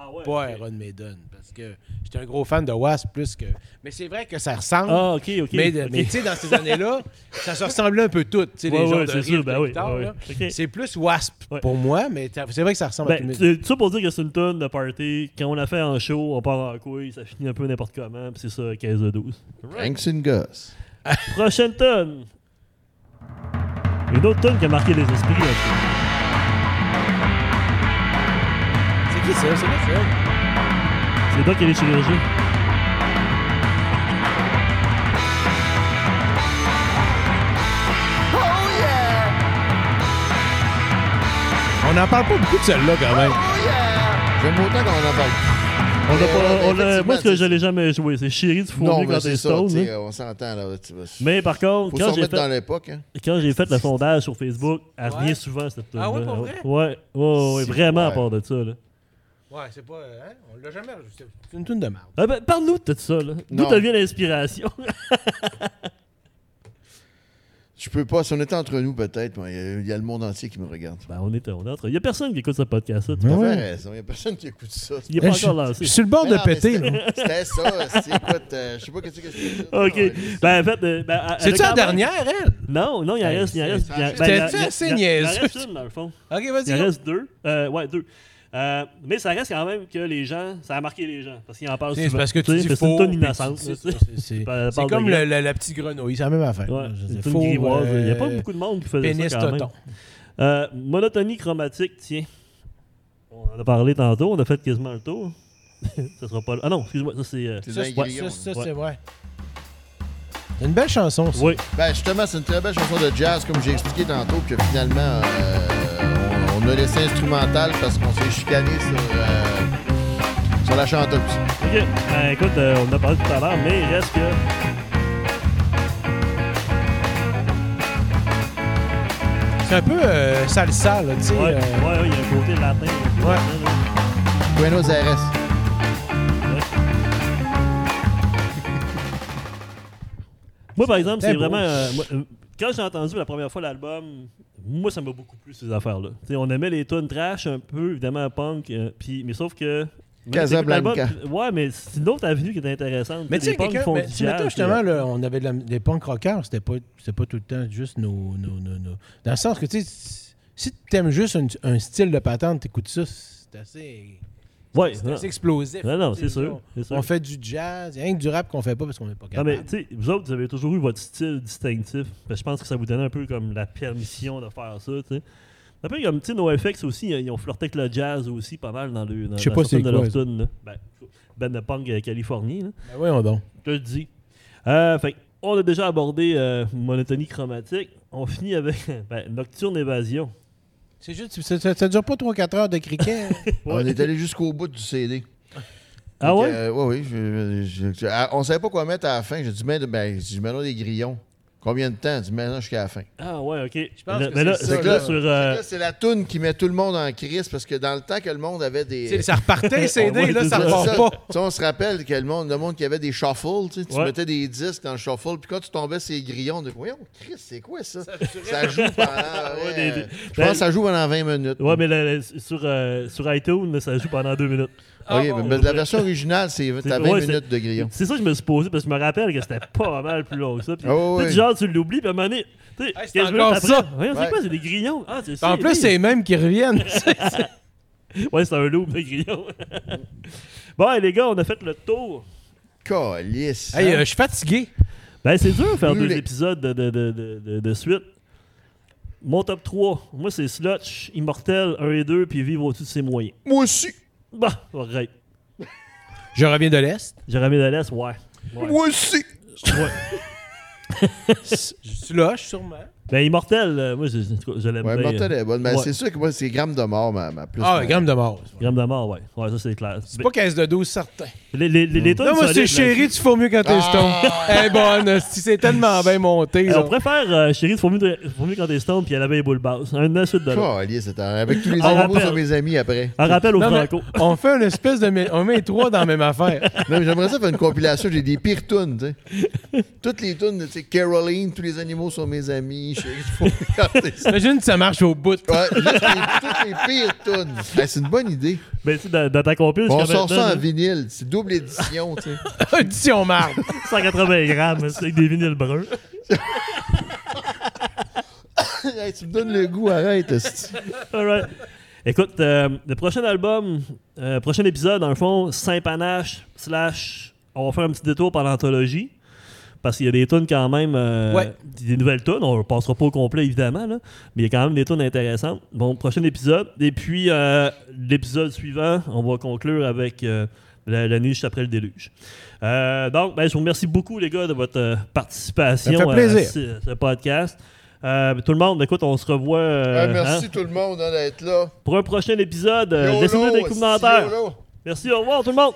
Ah ouais,
Pas
ok.
Iron Maiden. Parce que j'étais un gros fan de Wasp plus que. Mais c'est vrai que ça ressemble.
Ah, ok, ok.
Mais,
ok.
mais tu sais, dans ces années-là, ça se ressemblait un peu tout. Tu sais,
Ouais,
les genres
ouais,
de
c'est
riffs
sûr,
de
ben oui,
guitare,
ouais,
là.
ouais. Ok.
C'est plus Wasp
Ouais.
pour moi, mais t'as- c'est vrai que ça ressemble à
Ben,
tout
tu- tout ça pour dire que c'est une tonne de party. Quand on la fait en show, on part en couille, ça finit un peu n'importe comment, puis c'est ça, 15 de 12.
Hanks and Gus.
Prochaine tonne. Une autre tonne qui a marqué les esprits. là.
C'est qui ça? C'est quoi ça?
C'est toi qui allais chirurgien.
On n'en parle pas beaucoup de celle-là quand même.
J'aime autant qu'on en parle.
On a
Mais
pas-
ouais,
on a-
Euh, effectivement,
moi, ce que
c'est-
je l'ai jamais joué, c'est Chérie du
Non,
fournier
mais
quand t'es
c'est ça.
stone.
tu sais,
hein.
On s'entend. là. tu vois.
Mais par contre,
Faut se
quand j'ai
remettre dans
fait,
l'époque. hein.
quand j'ai fait le sondage sur Facebook, elle revient souvent cette tonne.
Ah ouais, pour vrai?
Ouais, ouais, ouais,
Si,
vraiment à
ouais.
part de ça. là.
Ouais, c'est pas. Hein? On l'a jamais rajouté. C'est une toune de merde.
Ah ben, Parle-nous de tout ça. là. D'où
Non.
te vient l'inspiration? (laughs)
Je peux pas. Si on était entre nous, peut-être, mais il y a- il y, a le monde entier qui me regarde.
ben, on est, on est entre- Il y a personne qui écoute ce podcast-là. tu
T'as
vois.
fait raison. Il y a personne qui écoute ça.
Ah Il n'est pas
Eh, je,
encore lancé.
je suis sur le bord
Mais
de
non, mais
péter.
c'était-
là.
(laughs) C'était ça. c'est- Écoute, euh, je sais pas qu'est-ce que c'est.
OK. Ben, en fait, euh, ben, elle- elle a
C'est-tu la
quand même-
dernière, elle?
Non, non, il en
Hey,
reste. Il en
c'est-
reste. il en-
C'était-tu
ben, il en- il en-
assez
il en- Il
niaiseux?
en reste une, dans le fond.
Ok,
Il en
vas-y.
reste deux. Euh, ouais, deux. Euh, mais ça reste quand même que les gens, ça a marqué les gens parce qu'ils en parlent
C'est
souvent.
parce que
Tu
tu
sais,
dis
c'est
faux.
une tonne innocente.
c'est-
là, tu sais.
c'est- c'est-
Par-
C'est
par
comme
de
le-
gars.
le- la petite grenouille, c'est la même affaire.
Ouais,
là. Je
c'est
sais,
une
faux,
grivoise. Il n'y a pas
euh,
beaucoup de monde qui faisait
Pénis
ça quand même.
toton.
Euh, monotonie chromatique, tiens. On en a parlé tantôt, on a fait quasiment le tour. (laughs) ça sera pas. Ah non, excuse-moi, ça c'est. euh,
C'est
Ça,
un grillon.
c'est- ça,
Ouais.
c'est vrai. C'est une belle chanson, ça.
Oui,
Ben, justement, c'est une très belle chanson de jazz, comme j'ai expliqué tantôt, que finalement, euh, on, on a laissé instrumental parce qu'on s'est chicané sur, euh, sur la chanteuse.
ok. Ben, écoute, euh, on en a parlé tout à l'heure, mais il reste que.
C'est un peu euh, salsa, là, tu sais.
Ouais, ouais,
euh,
ouais, il y a un côté latin. un peu
Ouais.
latin, là.
Buenos Aires.
Moi, par exemple,
très
c'est
beau.
vraiment. euh, moi, euh, quand j'ai entendu la première fois l'album, moi, ça m'a beaucoup plu, ces affaires-là. Tu sais, on aimait les tunes trash, un peu, évidemment, punk, euh, puis, mais sauf que. même si t'écoutes l'album,
Casablanca.
tu- Ouais, mais c'est une autre avenue qui est intéressante.
Mais tu sais,
les punks
quelqu'un.
font
mais
du
tu mettons,
jazz,
justement,
puis,
là, on avait de la- des punk rockers, c'était pas, c'était pas tout le temps juste nos, nos- nos- nos- Dans le sens que, tu sais, si tu aimes juste un, un style de patente, t'écoutes ça, c'est assez.
euh, ouais,
C'est
non.
assez explosif.
Non, non,
Tu sais,
c'est sûr,
on-
c'est sûr.
On fait du jazz, il y a rien que du rap qu'on fait pas parce qu'on est pas
Non,
capable.
mais tu sais, vous autres, vous avez toujours eu votre style distinctif. Fait que je pense que ça vous donnait un peu comme la permission de faire ça, tu sais. Après, comme, tu sais, NoFX aussi, hein, ils ont flirté avec le jazz aussi pas mal dans le. dans-
Je sais
dans
pas c'est
certaines de
quoi,
leurs
ça.
tunes, là. Ben, ben de punk euh, Californie, là.
Ben voyons donc.
Je le dis. Euh, fait, que on a déjà abordé euh, monotonie chromatique. On finit avec (laughs) ben, Nocturne Évasion.
C'est juste, ça, ça- ça dure pas 3-4 heures
(laughs)
de cricket.
On est allé jusqu'au bout du CD.
Ah
Fait que,
ouais?
euh, ouais, oui. je- je- je- ah, on savait pas quoi mettre à la fin. J'ai dit, ben, ben, j'ai dit, mettons des grillons. Combien de temps? J'ai dit, maintenant jusqu'à la fin.
Ah ouais, ok. Je
pense que
mais là,
c'est
c'est
ça,
que là,
là.
sur.
Fait
euh,
que là, C'est la toune qui met tout le monde en crise parce que dans le temps que le monde avait
Tu
des.
sais, ça repartait, CD,
Ouais,
là,
c'est
ça
ça.
(laughs) C'est ça.
repart pas.
Tu sais, on se rappelle que le monde, le monde qui avait des shuffles, tu, sais, tu
Ouais.
mettais des disques dans le shuffle, puis quand tu tombais sur les grillons, de voyons, Chris, c'est quoi ça? Ça joue pendant.
(laughs) Ouais,
ouais,
des- des-
Je
Ben,
pense que ça joue pendant 20 minutes.
ouais, mais le- le- sur, euh, sur iTunes, ça joue pendant deux minutes.
Ok, mais la version originale, c'est
Ah, C'est-
t'as 20
ouais, c'est-
minutes de grillons.
C'est ça que je me suis posé parce que je me rappelle que c'était pas mal plus long que ça. Puis,
Ah ouais,
tu sais,
ouais.
du genre, tu l'oublies, puis à un moment donné. tu sais,
Hey, c'est
15
encore
minutes après,
ça.
voyons, c'est
Ouais.
quoi? C'est des grillons. Ah, c'est
En plus, c'est les mêmes
(laughs)
qui reviennent.
Ouais, c'est un loop de grillons. (laughs) bon, hey, les gars, on a fait le tour.
Calice.
Hey, euh, je suis fatigué.
Ben, c'est dur de faire
Brûlé.
deux épisodes de, de, de, de, de- de suite. Mon top 3, moi, c'est Slotch, Immortel 1 et 2, puis Vivre au-dessus de ses moyens.
Moi aussi.
Bah, arrête.
Je reviens de l'Est.
Jérémy Dallas, ouais.
Moi aussi.
Tu lâches sûrement.
Ben, Immortel, euh, moi, je, en tout cas, je l'aime
Ouais,
bien.
Mortel est bonne. Mais
Ouais.
c'est sûr que moi, c'est gramme de mort, ma, ma plus.
Ah,
ma-
gramme de mort.
Gramme de mort, ouais. Ouais, ça, c'est clair. Ben,
C'est pas 15 de 12, certain.
Les, les, les, les tunes
Non, moi, c'est
solides, là,
chérie, tu fous mieux quand t'es stone. (laughs) Elle est bonne. Si c'est tellement bien monté.
Euh,
là.
on préfère euh, Chérie de Fourmi, de Fourmi quand t'es stone, puis elle avait les boules basses. Un de la suite de l'autre.
Calais, c'est un- Avec tous les
Ah,
animaux
rappel.
sur mes amis après.
Un rappel au
Non, mais
Franco.
on fait une espèce de. mé- On met les trois dans la même affaire. (laughs)
Non, mais J'aimerais ça faire une compilation. J'ai des pires tunes, tu
(laughs)
sais. Toutes les tunes, tu sais, Caroline, tous les animaux sont mes amis. Je sais faut regarder
(laughs)
ça.
Imagine si ça marche au bout.
Ouais, juste les- toutes les pires tunes. Ben, c'est une bonne idée.
Ben, tu sais, dans, dans ta compil,
On
jusqu'à
sort ça en
maintenant,
vinyle. C'est double édition, tu sais.
(laughs)
(laughs) Audition marde.
180 grammes, c'est avec des vinyles bruns.
Hey, tu me donnes le goût, arrête. esti.
Alright. Écoute, euh, le prochain album, euh, prochain épisode, dans le fond, Saint Panache, slash, on va faire un petit détour par l'anthologie. Parce qu'il y a des tunes quand même, euh,
Ouais.
des nouvelles tunes. On ne passera pas au complet, évidemment, là, mais il y a quand même des tunes intéressantes. Bon, prochain épisode. Et puis, euh, l'épisode suivant, on va conclure avec euh, la, la nuit juste après le déluge. Euh, donc, ben, je vous remercie beaucoup, les gars, de votre euh, participation
Ça fait plaisir.
à ce, ce podcast. Euh, tout le monde, écoute, on se revoit. euh,
Ah, merci
hein,
tout le monde hein, d'être là.
pour un prochain épisode. euh,
Yolo,
Laissez-nous des
esti,
commentaires.
yolo.
Merci, au revoir tout le monde.